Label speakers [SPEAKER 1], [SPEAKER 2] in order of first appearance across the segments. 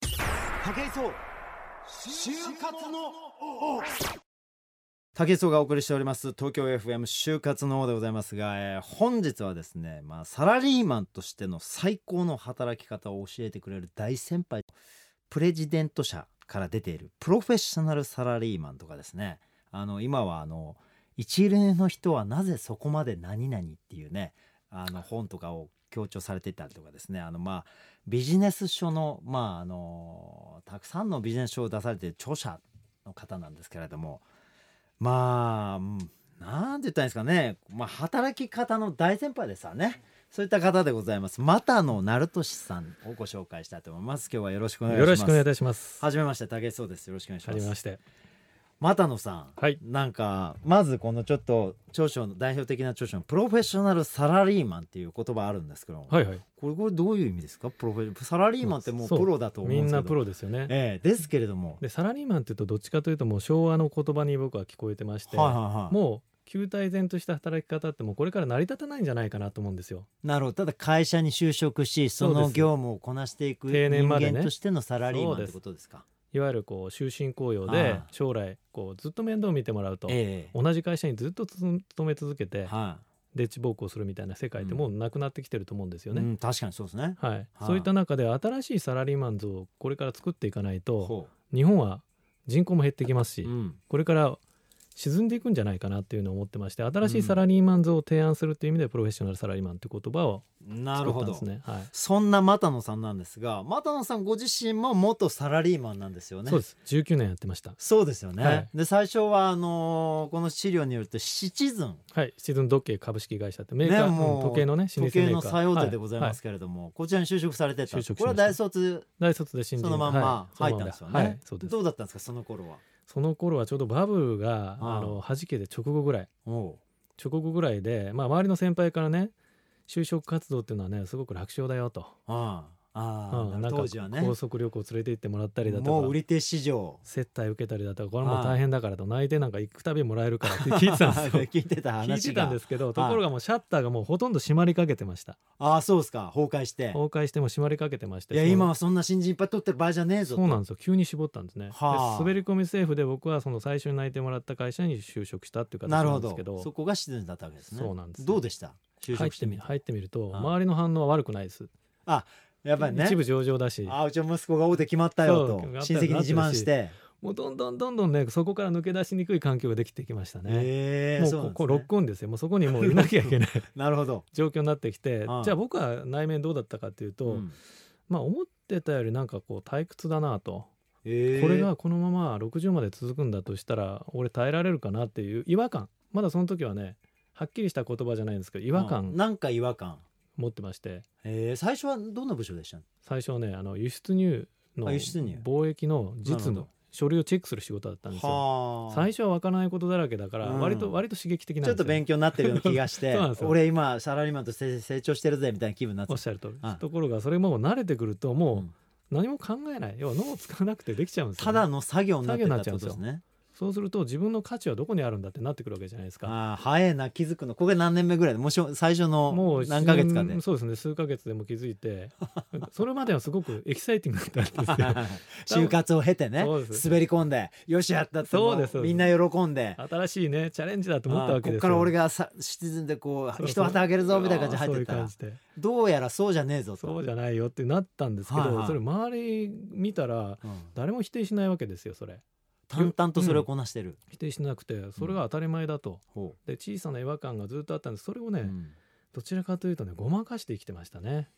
[SPEAKER 1] 武井壮就活の
[SPEAKER 2] 竹磯がお送りしております東京 FM 就活の王でございますが、えー本日はですね、まあ、サラリーマンとしての最高の働き方を教えてくれる大先輩プレジデント社から出ているプロフェッショナルサラリーマンとかですねあの今はあの一例の人はなぜそこまで何々っていうねあの本とかを強調されていたりとかですねあのまあビジネス書のまああのたくさんのビジネス書を出されている著者の方なんですけれどもまあうんなんて言ったらいいんですかね、まあ、働き方の大先輩ですわねそういった方でございます又野成俊さんをご紹介したいと思います今日はよろしくお願いし
[SPEAKER 3] よ
[SPEAKER 2] ます
[SPEAKER 3] ろしくお願いいたします。
[SPEAKER 2] はじめまして武井壮ですよろしくお願いし
[SPEAKER 3] は
[SPEAKER 2] ま
[SPEAKER 3] じめ
[SPEAKER 2] す
[SPEAKER 3] まして。
[SPEAKER 2] 又野さん、
[SPEAKER 3] はい
[SPEAKER 2] なんかまずこのちょっと著書の代表的な著書のプロフェッショナルサラリーマンっていう言葉あるんですけども、
[SPEAKER 3] はいはい。
[SPEAKER 2] これこれどういう意味ですかプロフェサラリーマンってもう
[SPEAKER 3] そう
[SPEAKER 2] プロだと思うん
[SPEAKER 3] み
[SPEAKER 2] ですけ
[SPEAKER 3] ん
[SPEAKER 2] ど
[SPEAKER 3] なプロですよね。
[SPEAKER 2] ええですけれども
[SPEAKER 3] でサラリーマンっていうとどっちかというともう昭和の言葉に僕は聞こえてまして、
[SPEAKER 2] はいはいはい
[SPEAKER 3] もう旧態然とした働き方ってもうこれから成り立たないんじゃないかなと思うんですよ。
[SPEAKER 2] なるほどただ会社に就職しそ
[SPEAKER 3] そう
[SPEAKER 2] の
[SPEAKER 3] です
[SPEAKER 2] 業務をこなしていく
[SPEAKER 3] 定
[SPEAKER 2] 人
[SPEAKER 3] 年までね
[SPEAKER 2] 間としてのサラリーマンっ
[SPEAKER 3] そうです
[SPEAKER 2] てことですか
[SPEAKER 3] いわゆるこう終身雇用
[SPEAKER 2] あ
[SPEAKER 3] で
[SPEAKER 2] あ
[SPEAKER 3] 将来こうずっと面倒を見てもらうと、
[SPEAKER 2] ええ
[SPEAKER 3] 同じ会社にずっとつ勤め続けて
[SPEAKER 2] は
[SPEAKER 3] でっち奉公するみたいな世界ってもうなくなってきてると思うんです
[SPEAKER 2] い、
[SPEAKER 3] よね。
[SPEAKER 2] うん、確かにそうですね
[SPEAKER 3] はい、そういった中で新しいサラリーマン像をこれから作っていかないと
[SPEAKER 2] ほ
[SPEAKER 3] 日本は人口も減ってきますし、
[SPEAKER 2] う、うん、
[SPEAKER 3] これから沈んでいくんじゃないかなっていうのを思ってまして新しいサラリーマン像を提案するという意味でプロフェッショナルサラリーマンという言葉を
[SPEAKER 2] な
[SPEAKER 3] 作
[SPEAKER 2] る
[SPEAKER 3] っ
[SPEAKER 2] ほ
[SPEAKER 3] たん
[SPEAKER 2] ど
[SPEAKER 3] ですね。はい
[SPEAKER 2] そんな又野さんなんですが又野さんご自身も元サラリーマンなんですよね
[SPEAKER 3] そうです19年やってました
[SPEAKER 2] そうですよね、
[SPEAKER 3] はい
[SPEAKER 2] で最初はあのーこの資料によるとシチズン
[SPEAKER 3] はいシチズン時計株式会社ってメーカ
[SPEAKER 2] ね
[SPEAKER 3] ー、
[SPEAKER 2] もう
[SPEAKER 3] うん時計のね老
[SPEAKER 2] 時
[SPEAKER 3] 舗メ
[SPEAKER 2] 計
[SPEAKER 3] ーカー
[SPEAKER 2] の最大手でございます
[SPEAKER 3] は
[SPEAKER 2] けれども、こちらに就職されてた
[SPEAKER 3] 就職しました
[SPEAKER 2] これは大卒
[SPEAKER 3] い大卒で新人
[SPEAKER 2] そのまんま
[SPEAKER 3] はい
[SPEAKER 2] 入ったんですよね、
[SPEAKER 3] そのままはいそうです
[SPEAKER 2] どうだったんですかその頃は
[SPEAKER 3] その頃はちょうどバブルが
[SPEAKER 2] ああ
[SPEAKER 3] あの弾けて直後ぐらい
[SPEAKER 2] おう
[SPEAKER 3] 直後ぐらいで、まあ、周りの先輩からね就職活動っていうのはねすごく楽勝だよと、
[SPEAKER 2] ああああ、
[SPEAKER 3] うん、
[SPEAKER 2] なる
[SPEAKER 3] なんか
[SPEAKER 2] ほど当時はね
[SPEAKER 3] 高速旅行連れて行ってもらったりだとか
[SPEAKER 2] もう売り手市場
[SPEAKER 3] 接待受けたりだとかこれもう大変だからと内定なんか行くたびもらえるからって聞いてたんですよ
[SPEAKER 2] 聞いてた話が
[SPEAKER 3] 聞いてたんですけど
[SPEAKER 2] い
[SPEAKER 3] ところがもうシャッターがもうほとんど閉まりかけてました
[SPEAKER 2] ああそうですか崩壊して
[SPEAKER 3] 崩壊してもう閉まりかけてまして
[SPEAKER 2] いや
[SPEAKER 3] その
[SPEAKER 2] 今はそんな新人いっぱい取ってる場合じゃねえぞ
[SPEAKER 3] そうなんですよ急に絞ったんですね、
[SPEAKER 2] はあ
[SPEAKER 3] で滑り込み政府で僕はその最初に内定もらった会社に就職したっていう形
[SPEAKER 2] なる
[SPEAKER 3] な
[SPEAKER 2] ほ
[SPEAKER 3] んです
[SPEAKER 2] ど
[SPEAKER 3] けど
[SPEAKER 2] そこがシチズンだったわけですね
[SPEAKER 3] そうなんですよ
[SPEAKER 2] どうでした就
[SPEAKER 3] 入っ
[SPEAKER 2] 職しててみ
[SPEAKER 3] み
[SPEAKER 2] て
[SPEAKER 3] 入ってみると
[SPEAKER 2] ああ
[SPEAKER 3] 周りの反応は悪くないです
[SPEAKER 2] やっぱりね
[SPEAKER 3] 一部上場だし
[SPEAKER 2] ああうちの息子が大手決まったよと
[SPEAKER 3] そう
[SPEAKER 2] 親戚に自慢して
[SPEAKER 3] もうどんどんどんどんねそこから抜け出しにくい環境ができてきましたね、
[SPEAKER 2] ええ
[SPEAKER 3] もう
[SPEAKER 2] そうなん
[SPEAKER 3] こ
[SPEAKER 2] ですね
[SPEAKER 3] こロックオンですよもうそこにもういなきゃいけない
[SPEAKER 2] なるほど、
[SPEAKER 3] 状況になってきて、
[SPEAKER 2] ああ
[SPEAKER 3] じゃあ僕は内面どうだったかっていうと、
[SPEAKER 2] うん
[SPEAKER 3] まあ思ってたよりなんかこう退屈だなと、
[SPEAKER 2] ええ
[SPEAKER 3] これがこのまま60まで続くんだとしたら俺耐えられるかなっていう違和感まだその時はねはっきりした言葉じゃないんですけど違和
[SPEAKER 2] うん
[SPEAKER 3] 感
[SPEAKER 2] なんか違和感
[SPEAKER 3] 持ってまして
[SPEAKER 2] ええ最初はどんな部署でした
[SPEAKER 3] 最初はねあの輸出入の
[SPEAKER 2] あ輸出入
[SPEAKER 3] 貿易の
[SPEAKER 2] な
[SPEAKER 3] 実
[SPEAKER 2] るほ
[SPEAKER 3] 務書類をチェックする仕事だったんですよ。
[SPEAKER 2] はあ
[SPEAKER 3] 最初は分からないことだらけだから
[SPEAKER 2] うん
[SPEAKER 3] 割と、割と刺激的なん
[SPEAKER 2] ち
[SPEAKER 3] です
[SPEAKER 2] ょっと
[SPEAKER 3] よ
[SPEAKER 2] 勉強になってるような気がして
[SPEAKER 3] そうなんですよ
[SPEAKER 2] 俺今サラリーマンとして成長してるぜみたいな気分になって
[SPEAKER 3] おったしゃる通り
[SPEAKER 2] ああ
[SPEAKER 3] ところがそれも慣れてくると
[SPEAKER 2] う
[SPEAKER 3] も
[SPEAKER 2] ん
[SPEAKER 3] う何も考えない要は脳を使わなくてできちゃうんですよ、ね、
[SPEAKER 2] ただの作業になってたってこと
[SPEAKER 3] 作業になっちゃうん
[SPEAKER 2] で
[SPEAKER 3] ですよ
[SPEAKER 2] すね
[SPEAKER 3] そうすると自分の価値はどこにあるんだってなってくるわけじゃないですか。
[SPEAKER 2] ああ早いな気づくのこれ何年目ぐらいでもし最初
[SPEAKER 3] も
[SPEAKER 2] の
[SPEAKER 3] う
[SPEAKER 2] 何ヶ月かで
[SPEAKER 3] うんそうですね数ヶ月でも気づいてそれまではすごくエキサイティングだったんですよ
[SPEAKER 2] 就活を経てね
[SPEAKER 3] そうです
[SPEAKER 2] 滑り込んでよしやったって
[SPEAKER 3] そう
[SPEAKER 2] も
[SPEAKER 3] ですそうです
[SPEAKER 2] みんな喜んで
[SPEAKER 3] 新しいねチャレンジだと思った
[SPEAKER 2] ああ
[SPEAKER 3] わけ
[SPEAKER 2] こ
[SPEAKER 3] で
[SPEAKER 2] っ
[SPEAKER 3] す
[SPEAKER 2] から
[SPEAKER 3] よ
[SPEAKER 2] 俺がさシチズンでこ
[SPEAKER 3] そううそ
[SPEAKER 2] 一
[SPEAKER 3] う
[SPEAKER 2] 旗あげるぞみたいな感じで入ってった
[SPEAKER 3] ああ
[SPEAKER 2] ら
[SPEAKER 3] そういう感じで
[SPEAKER 2] どうやらそうじゃねえぞと
[SPEAKER 3] そうじゃないよってなったんですけど、
[SPEAKER 2] はいはい
[SPEAKER 3] それ周り見たら
[SPEAKER 2] うん
[SPEAKER 3] 誰も否定しないわけですよそれ
[SPEAKER 2] 淡々とそれをこなしてる
[SPEAKER 3] 否定しなくてそれが当たり前だと、
[SPEAKER 2] ほ
[SPEAKER 3] で小さな違和感がずっとあったんですそれを
[SPEAKER 2] う
[SPEAKER 3] ね、
[SPEAKER 2] うん
[SPEAKER 3] どちらかというとねごまかして生きてましたね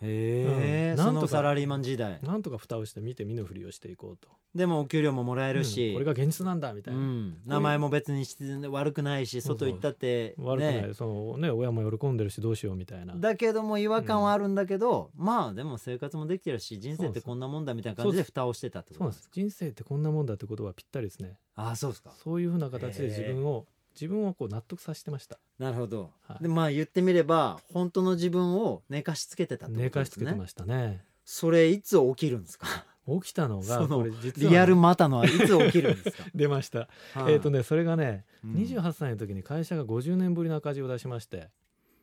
[SPEAKER 2] へえ
[SPEAKER 3] うん
[SPEAKER 2] そ
[SPEAKER 3] なん
[SPEAKER 2] の
[SPEAKER 3] とか
[SPEAKER 2] サラリーマン時代
[SPEAKER 3] なんとか蓋をして見て見ぬふりをしていこうと
[SPEAKER 2] でもお給料ももらえる
[SPEAKER 3] うん
[SPEAKER 2] し
[SPEAKER 3] これが現実なんだみた
[SPEAKER 2] う
[SPEAKER 3] いな、
[SPEAKER 2] ん名前も別にシチズンで悪くないし
[SPEAKER 3] そう
[SPEAKER 2] 外
[SPEAKER 3] そう
[SPEAKER 2] 行ったって
[SPEAKER 3] 悪くない、
[SPEAKER 2] ね
[SPEAKER 3] そのね親も喜んでるしどうしようみたいな
[SPEAKER 2] だけども違和感はあるんだけど、まあでも生活もできてるし人生ってこんなもんだみたいな感じで蓋をしてたってこ
[SPEAKER 3] そう
[SPEAKER 2] と
[SPEAKER 3] なんです人生ってこんなもんだってことはぴったりですね
[SPEAKER 2] ああそうですか
[SPEAKER 3] そういうふうな形で自分を自分をこう納得させてました
[SPEAKER 2] なるほど、
[SPEAKER 3] はい
[SPEAKER 2] でまあ言ってみれば本当の自分を寝かしつけてたって
[SPEAKER 3] 寝
[SPEAKER 2] こと
[SPEAKER 3] か
[SPEAKER 2] で
[SPEAKER 3] し
[SPEAKER 2] す
[SPEAKER 3] つけて
[SPEAKER 2] ね
[SPEAKER 3] ましたね
[SPEAKER 2] それいつ起きるん ですか
[SPEAKER 3] 起きたの
[SPEAKER 2] そ
[SPEAKER 3] が
[SPEAKER 2] の
[SPEAKER 3] これ実は
[SPEAKER 2] リアルまたのはいつ起きるんです か
[SPEAKER 3] 出ました、えっ、と、ねそれがね、
[SPEAKER 2] うん
[SPEAKER 3] 28歳の時に会社が50年ぶりの赤字を出しまして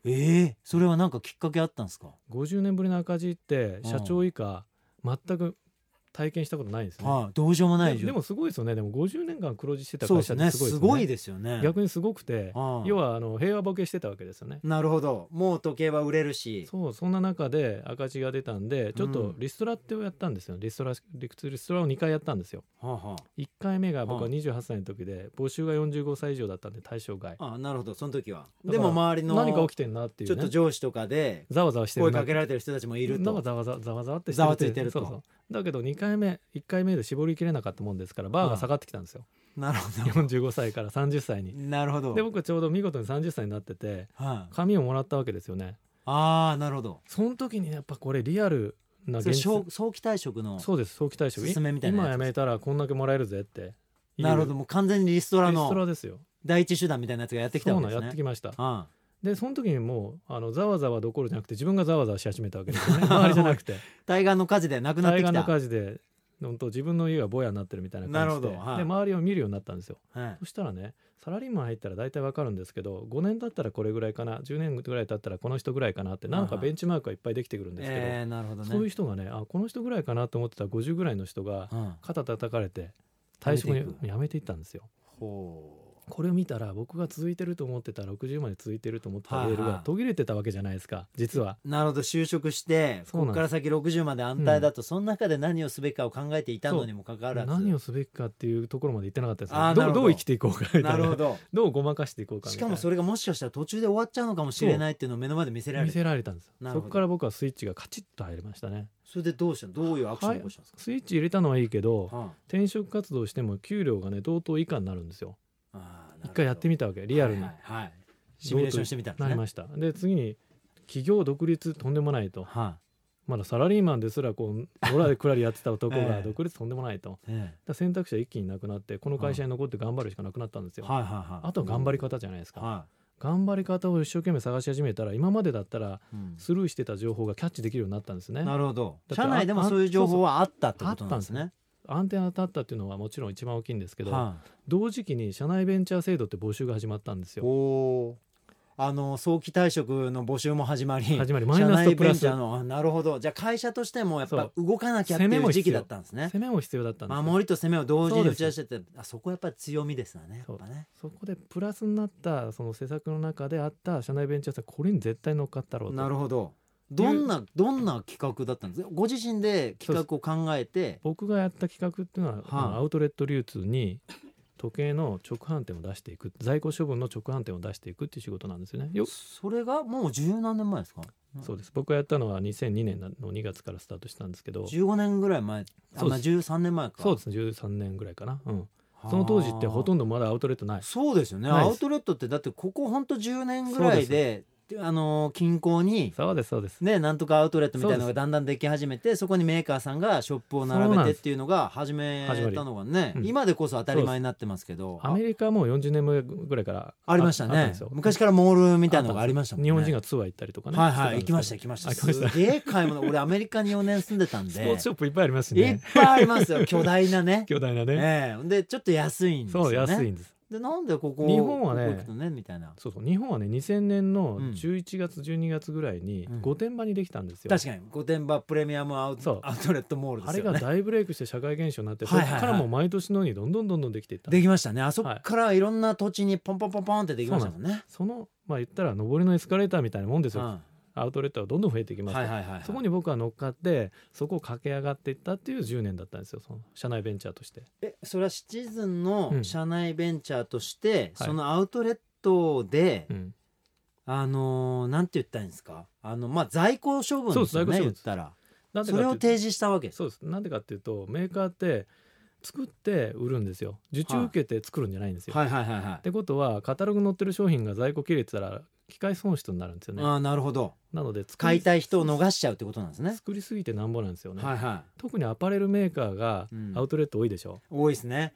[SPEAKER 2] ええそれはなんかきっかけあったんですか
[SPEAKER 3] 50年ぶりの赤字って社長以下全く体験したことないんですね、
[SPEAKER 2] はい、どうしようもない
[SPEAKER 3] ででもすごいですよねでも50年間黒字してた
[SPEAKER 2] そう
[SPEAKER 3] 会
[SPEAKER 2] で
[SPEAKER 3] 社
[SPEAKER 2] す
[SPEAKER 3] って
[SPEAKER 2] ね
[SPEAKER 3] すごいです
[SPEAKER 2] す
[SPEAKER 3] よね
[SPEAKER 2] ごいですよね
[SPEAKER 3] 逆にすごくて
[SPEAKER 2] うん
[SPEAKER 3] 要はあの平和ボケしてたわけですよね
[SPEAKER 2] なるほどもう時計は売れるし
[SPEAKER 3] そうそんな中で赤字が出たんでちょっ
[SPEAKER 2] う
[SPEAKER 3] と
[SPEAKER 2] ん
[SPEAKER 3] リストラってをやったんですよリストラ理屈リストラを2回やったんですよ
[SPEAKER 2] はあは
[SPEAKER 3] 1回目が僕は
[SPEAKER 2] うん
[SPEAKER 3] 28歳の時で募集が45歳以上だったんで対象外
[SPEAKER 2] ああなるほどその時は
[SPEAKER 3] ら
[SPEAKER 2] でも周りの
[SPEAKER 3] 何か起きてんなってい
[SPEAKER 2] ちょ
[SPEAKER 3] う
[SPEAKER 2] っと
[SPEAKER 3] ね
[SPEAKER 2] 上司とかで
[SPEAKER 3] ざわざわしてる
[SPEAKER 2] 声
[SPEAKER 3] な
[SPEAKER 2] かけられてる人たちもいる
[SPEAKER 3] なんか
[SPEAKER 2] と
[SPEAKER 3] ざわざわざわざわってして
[SPEAKER 2] ざわついてると
[SPEAKER 3] そうそうだけど2回目1回目で絞りきれなかったもんですからバーが下がってきたんですよ、
[SPEAKER 2] なるほど
[SPEAKER 3] 45歳から30歳 に
[SPEAKER 2] なるほど
[SPEAKER 3] で僕はちょうど見事に30歳になってて
[SPEAKER 2] はい
[SPEAKER 3] 紙をもらったわけですよね
[SPEAKER 2] ああなるほど
[SPEAKER 3] その時にやっぱこれリアルな
[SPEAKER 2] そ
[SPEAKER 3] 現
[SPEAKER 2] れ
[SPEAKER 3] 実
[SPEAKER 2] 早早期退職の
[SPEAKER 3] そうです早期退職
[SPEAKER 2] 勧めみたいなやつ
[SPEAKER 3] 今やめたらこんだけもらえるぜっていう
[SPEAKER 2] なるほどもう完全にリストラ
[SPEAKER 3] リストラ
[SPEAKER 2] の
[SPEAKER 3] ですよ
[SPEAKER 2] 第一手段みたいなやつがやってきた
[SPEAKER 3] そ
[SPEAKER 2] わけ
[SPEAKER 3] うな
[SPEAKER 2] で
[SPEAKER 3] ん
[SPEAKER 2] すね
[SPEAKER 3] やってきました
[SPEAKER 2] あ
[SPEAKER 3] でその時にもうあのざわざわどころじゃなくて自分がざわざわし始めたわけです よね周りじゃなくて
[SPEAKER 2] あ対岸の火事でなくなっ
[SPEAKER 3] 対
[SPEAKER 2] てき
[SPEAKER 3] 岸の
[SPEAKER 2] た
[SPEAKER 3] 火事で本当自分の家がぼやになってるみたいな感じ
[SPEAKER 2] な
[SPEAKER 3] で
[SPEAKER 2] るほどはい
[SPEAKER 3] で周りを見るようになったんですよ
[SPEAKER 2] はい
[SPEAKER 3] そしたらねサラリーマン入ったら大体わかるんですけど5年経ったらこれぐらいかな10年ぐらい経ったらこの人ぐらいかなってなんかベンチマークがいっぱいできてくるんですけど、
[SPEAKER 2] えーなるほどね
[SPEAKER 3] そういう人がねあこの人ぐらいかなと思ってた50ぐらいの人が
[SPEAKER 2] うん
[SPEAKER 3] 肩叩かれて退職に
[SPEAKER 2] やめてい
[SPEAKER 3] やめていったんですよ。
[SPEAKER 2] ほう
[SPEAKER 3] これを見たら僕が続いてると思ってた60まで続いてると思ってたレー
[SPEAKER 2] はい
[SPEAKER 3] ル
[SPEAKER 2] は
[SPEAKER 3] が
[SPEAKER 2] い
[SPEAKER 3] 途切れてたわけじゃないですか実は。
[SPEAKER 2] なるほど就職して
[SPEAKER 3] そう
[SPEAKER 2] こ
[SPEAKER 3] な
[SPEAKER 2] こ
[SPEAKER 3] んです
[SPEAKER 2] から先60まで安泰だと、その中で何をすべきかを考えていたのにもかかわらず
[SPEAKER 3] 何をすべきかっていうところまで行ってなかったです
[SPEAKER 2] あ
[SPEAKER 3] ね
[SPEAKER 2] ー
[SPEAKER 3] ど
[SPEAKER 2] な
[SPEAKER 3] う
[SPEAKER 2] るほ
[SPEAKER 3] ど
[SPEAKER 2] ど
[SPEAKER 3] う生きていこうかみたいな
[SPEAKER 2] なるほど
[SPEAKER 3] どうごまかしていこうかみ
[SPEAKER 2] した
[SPEAKER 3] い
[SPEAKER 2] か
[SPEAKER 3] な
[SPEAKER 2] もそれがもしかしたら途中で終わっちゃうのかもしれないっていうのを目の前で見せられ
[SPEAKER 3] 見
[SPEAKER 2] る
[SPEAKER 3] せられたんですよ
[SPEAKER 2] なる
[SPEAKER 3] そ
[SPEAKER 2] ほど
[SPEAKER 3] こから僕はスイッチがカチッと入りましたね
[SPEAKER 2] それでどうしたのどういうアクションを起こしたんです
[SPEAKER 3] スイッチ入れたのはいいけど
[SPEAKER 2] か、は
[SPEAKER 3] 転職活動しても給料がね同等以下になるんですよ
[SPEAKER 2] あああ
[SPEAKER 3] 一回やって
[SPEAKER 2] み
[SPEAKER 3] みたわけリアルに
[SPEAKER 2] はいはいはいシミュレーションしてみたんです
[SPEAKER 3] なり
[SPEAKER 2] ね
[SPEAKER 3] ましたで次に企業独立とんでもないと
[SPEAKER 2] は
[SPEAKER 3] まだサラリーマンですらこうドラでくらりやってた 男
[SPEAKER 2] え
[SPEAKER 3] が
[SPEAKER 2] え
[SPEAKER 3] 独立とんでもないと、
[SPEAKER 2] い、え
[SPEAKER 3] だから選択肢は一気になくなってこの会社に残って頑張るしかなくなったんです
[SPEAKER 2] え
[SPEAKER 3] よ、
[SPEAKER 2] はいはいはい
[SPEAKER 3] あとは頑張り方じゃないですか、
[SPEAKER 2] は
[SPEAKER 3] 頑張り方を一生懸命探し始めたら今までだったら
[SPEAKER 2] い、うん
[SPEAKER 3] スルーしてた情報がキャッチできるようになったんですね
[SPEAKER 2] なるほど
[SPEAKER 3] だって
[SPEAKER 2] 社内でもそういう情報はあったってことなんです
[SPEAKER 3] あっ
[SPEAKER 2] ね
[SPEAKER 3] アンテナ立ったっていうのはもちろん一番大きいんですけど、
[SPEAKER 2] は
[SPEAKER 3] 同時期に社内ベンチャー制度って募集が始まったんです
[SPEAKER 2] い、
[SPEAKER 3] よ
[SPEAKER 2] おーあの早期退職の募集も始まり
[SPEAKER 3] 始まりマイ
[SPEAKER 2] 社
[SPEAKER 3] ナス
[SPEAKER 2] 内
[SPEAKER 3] とプ
[SPEAKER 2] ベ
[SPEAKER 3] ラ
[SPEAKER 2] ン
[SPEAKER 3] ス
[SPEAKER 2] チャーのあなるほどじゃあ会社としてもやっぱ動かなきゃって
[SPEAKER 3] 攻め
[SPEAKER 2] い
[SPEAKER 3] も
[SPEAKER 2] う時
[SPEAKER 3] 必
[SPEAKER 2] 期
[SPEAKER 3] 要
[SPEAKER 2] だったんですね
[SPEAKER 3] 攻めも必要だったんですよ、
[SPEAKER 2] 守りと攻めを同時
[SPEAKER 3] そう
[SPEAKER 2] に
[SPEAKER 3] で
[SPEAKER 2] 打
[SPEAKER 3] す
[SPEAKER 2] ち出しててあそこやっぱ強みですよねやっぱね
[SPEAKER 3] そこでプラスになったその施策の中であった社内ベンチャー制これに絶対乗っかったろうと
[SPEAKER 2] なるほどどんなどんな企画だったんですかご自身で企画を考えて
[SPEAKER 3] 僕がやった企画っていうのは、
[SPEAKER 2] はあ
[SPEAKER 3] アウトレット流通に時計の直販店を出していく在庫処分の直販店を出していくっていう仕事なんですよねよ
[SPEAKER 2] それがもう十何年前ですか
[SPEAKER 3] そうです僕がやったのは2002年の2月からスタートしたんですけど
[SPEAKER 2] 15年ぐらい前あ
[SPEAKER 3] そう
[SPEAKER 2] ま
[SPEAKER 3] で
[SPEAKER 2] あ
[SPEAKER 3] す
[SPEAKER 2] 13年前か
[SPEAKER 3] そうですね13年ぐらいかな、うん、その当時ってほと
[SPEAKER 2] んど
[SPEAKER 3] んどまだアウトレットない
[SPEAKER 2] そうですよね
[SPEAKER 3] ない
[SPEAKER 2] ア
[SPEAKER 3] です
[SPEAKER 2] ウトレットってだってここほんと10年ぐらい
[SPEAKER 3] そう
[SPEAKER 2] でであのー近郊に
[SPEAKER 3] そうですそうです
[SPEAKER 2] ねなんとかアウトレットみたいなの
[SPEAKER 3] そ
[SPEAKER 2] が
[SPEAKER 3] うです
[SPEAKER 2] だんだんでき始めてそこにメーカーさんがショップを
[SPEAKER 3] そう
[SPEAKER 2] 並べ
[SPEAKER 3] なん
[SPEAKER 2] て
[SPEAKER 3] で
[SPEAKER 2] っ
[SPEAKER 3] す
[SPEAKER 2] ていうのが始めたのがね
[SPEAKER 3] 始まりうん
[SPEAKER 2] 今でこそ当たり前になってますけど
[SPEAKER 3] アメリカはもう40年前ぐらいから
[SPEAKER 2] ありました
[SPEAKER 3] あったん
[SPEAKER 2] ね
[SPEAKER 3] ですよ
[SPEAKER 2] 昔からモールみたいなのがありましたもんね
[SPEAKER 3] 日本人がツアー行ったりとかね
[SPEAKER 2] はいはい行
[SPEAKER 3] して
[SPEAKER 2] き
[SPEAKER 3] たん
[SPEAKER 2] ま
[SPEAKER 3] で
[SPEAKER 2] し
[SPEAKER 3] す
[SPEAKER 2] た行き
[SPEAKER 3] け
[SPEAKER 2] ました
[SPEAKER 3] あ行きました
[SPEAKER 2] すげえ買い物俺アメリカに4年住んでたんで
[SPEAKER 3] どスポーツショップいっぱいあります
[SPEAKER 2] いっ
[SPEAKER 3] ね
[SPEAKER 2] ぱいあります よ巨大なね
[SPEAKER 3] 巨大なね
[SPEAKER 2] ええでちょっと安いんですよね
[SPEAKER 3] そう安いんです
[SPEAKER 2] でなんでここ
[SPEAKER 3] 日本はね
[SPEAKER 2] ここ行くとねみたいな
[SPEAKER 3] そうそう日本はね2000年の
[SPEAKER 2] うん
[SPEAKER 3] 11月12月ぐらいに
[SPEAKER 2] うん
[SPEAKER 3] 御殿場にできたんですよ、
[SPEAKER 2] 確かに御殿場プレミアムアウ
[SPEAKER 3] そう
[SPEAKER 2] トアウトレットモールで
[SPEAKER 3] あ
[SPEAKER 2] す
[SPEAKER 3] れ
[SPEAKER 2] よね
[SPEAKER 3] が大ブレイクして社会現象になって、
[SPEAKER 2] はいはいはい
[SPEAKER 3] そこからもう毎年のようにどんどんどんどんできていった
[SPEAKER 2] できましたねあそこからいろんな土地にポンポンポンポンってできましたもんね
[SPEAKER 3] そのまあ言ったら上りのエスカレーターみたいなもんですよ、
[SPEAKER 2] うん
[SPEAKER 3] アウトレットがどんどん増えていきますと、
[SPEAKER 2] はいはいはいはい
[SPEAKER 3] そこに僕は乗っかってそこを駆け上がっていったっていう10年だったんですよその社内ベンチャーとして
[SPEAKER 2] えそれはシチズン
[SPEAKER 3] う
[SPEAKER 2] の
[SPEAKER 3] ん
[SPEAKER 2] 社内ベンチャーとして
[SPEAKER 3] はい
[SPEAKER 2] そのアウトレットで
[SPEAKER 3] うん
[SPEAKER 2] あのーなんて言ったらいいんですかあのまあ在庫処分ですよ
[SPEAKER 3] そうです在庫処
[SPEAKER 2] ね
[SPEAKER 3] 分
[SPEAKER 2] 言っ
[SPEAKER 3] です
[SPEAKER 2] たら
[SPEAKER 3] なんで
[SPEAKER 2] そ
[SPEAKER 3] か
[SPEAKER 2] れ
[SPEAKER 3] っ
[SPEAKER 2] を
[SPEAKER 3] ていう
[SPEAKER 2] 提示したわけです
[SPEAKER 3] そうですなんでかっていうとメーカーって作って売るんですよ受注受けて作るんじゃないんですよ、
[SPEAKER 2] はいはいはいは
[SPEAKER 3] っ
[SPEAKER 2] い
[SPEAKER 3] てことはカタログ載ってる商品が在庫切れてたら機械損失になるんですよね
[SPEAKER 2] ああなるほど
[SPEAKER 3] なので作
[SPEAKER 2] 買い
[SPEAKER 3] り
[SPEAKER 2] たい人を逃しちゃうってことなんですね
[SPEAKER 3] 作りすぎてなんぼなんですよね、
[SPEAKER 2] はいは
[SPEAKER 3] 特にアパレルメーカーが
[SPEAKER 2] うん
[SPEAKER 3] アウトレット多いでしょ
[SPEAKER 2] い、多いですね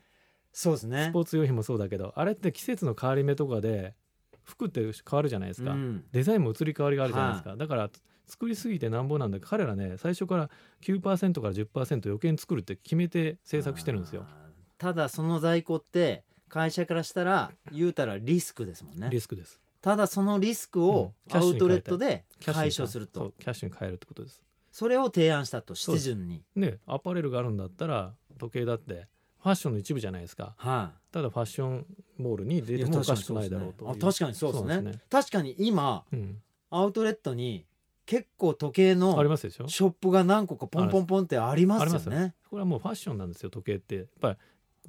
[SPEAKER 2] そうです
[SPEAKER 3] ス
[SPEAKER 2] ね
[SPEAKER 3] ポーツ用品もそうだけどあれって季節の変わり目とかで服って変わるじゃないですか、
[SPEAKER 2] うん
[SPEAKER 3] デザインも移り変わりがあるじゃないですか、だから作りすぎてなんぼなんで彼らね最初から9%から10%余計に作るって決めて制作してるんですよ
[SPEAKER 2] あーただその在庫って会社からしたら言うたらリスクですもんね
[SPEAKER 3] リスクです
[SPEAKER 2] ただそのリスクを
[SPEAKER 3] うんキャ
[SPEAKER 2] ア
[SPEAKER 3] ッシュ
[SPEAKER 2] ウト
[SPEAKER 3] に変
[SPEAKER 2] レ
[SPEAKER 3] え
[SPEAKER 2] ッ
[SPEAKER 3] て
[SPEAKER 2] トで
[SPEAKER 3] キャッシュに
[SPEAKER 2] 解消する
[SPEAKER 3] そ
[SPEAKER 2] と
[SPEAKER 3] うキャッシュに変えるってことです
[SPEAKER 2] それを提案したと
[SPEAKER 3] そ
[SPEAKER 2] 七
[SPEAKER 3] うです
[SPEAKER 2] 順に
[SPEAKER 3] ねアパレルがあるんだったら時計だってファッションの一部じゃないですか
[SPEAKER 2] は
[SPEAKER 3] ただファッションモールに
[SPEAKER 2] い
[SPEAKER 3] 出
[SPEAKER 2] い
[SPEAKER 3] て
[SPEAKER 2] や
[SPEAKER 3] もお
[SPEAKER 2] 確か
[SPEAKER 3] か
[SPEAKER 2] に
[SPEAKER 3] しく
[SPEAKER 2] そう
[SPEAKER 3] な
[SPEAKER 2] で
[SPEAKER 3] い
[SPEAKER 2] すね
[SPEAKER 3] だろうという
[SPEAKER 2] あ確かにそうです
[SPEAKER 3] そうなんで
[SPEAKER 2] ね
[SPEAKER 3] すね
[SPEAKER 2] 確かに今
[SPEAKER 3] うん
[SPEAKER 2] アウトレットに結構時計
[SPEAKER 3] あり
[SPEAKER 2] の
[SPEAKER 3] ますでしょ
[SPEAKER 2] ショップが何個かポンポンポンってありますよ
[SPEAKER 3] ありま
[SPEAKER 2] ね
[SPEAKER 3] これはもうファッションなんですよ時計ってやっぱり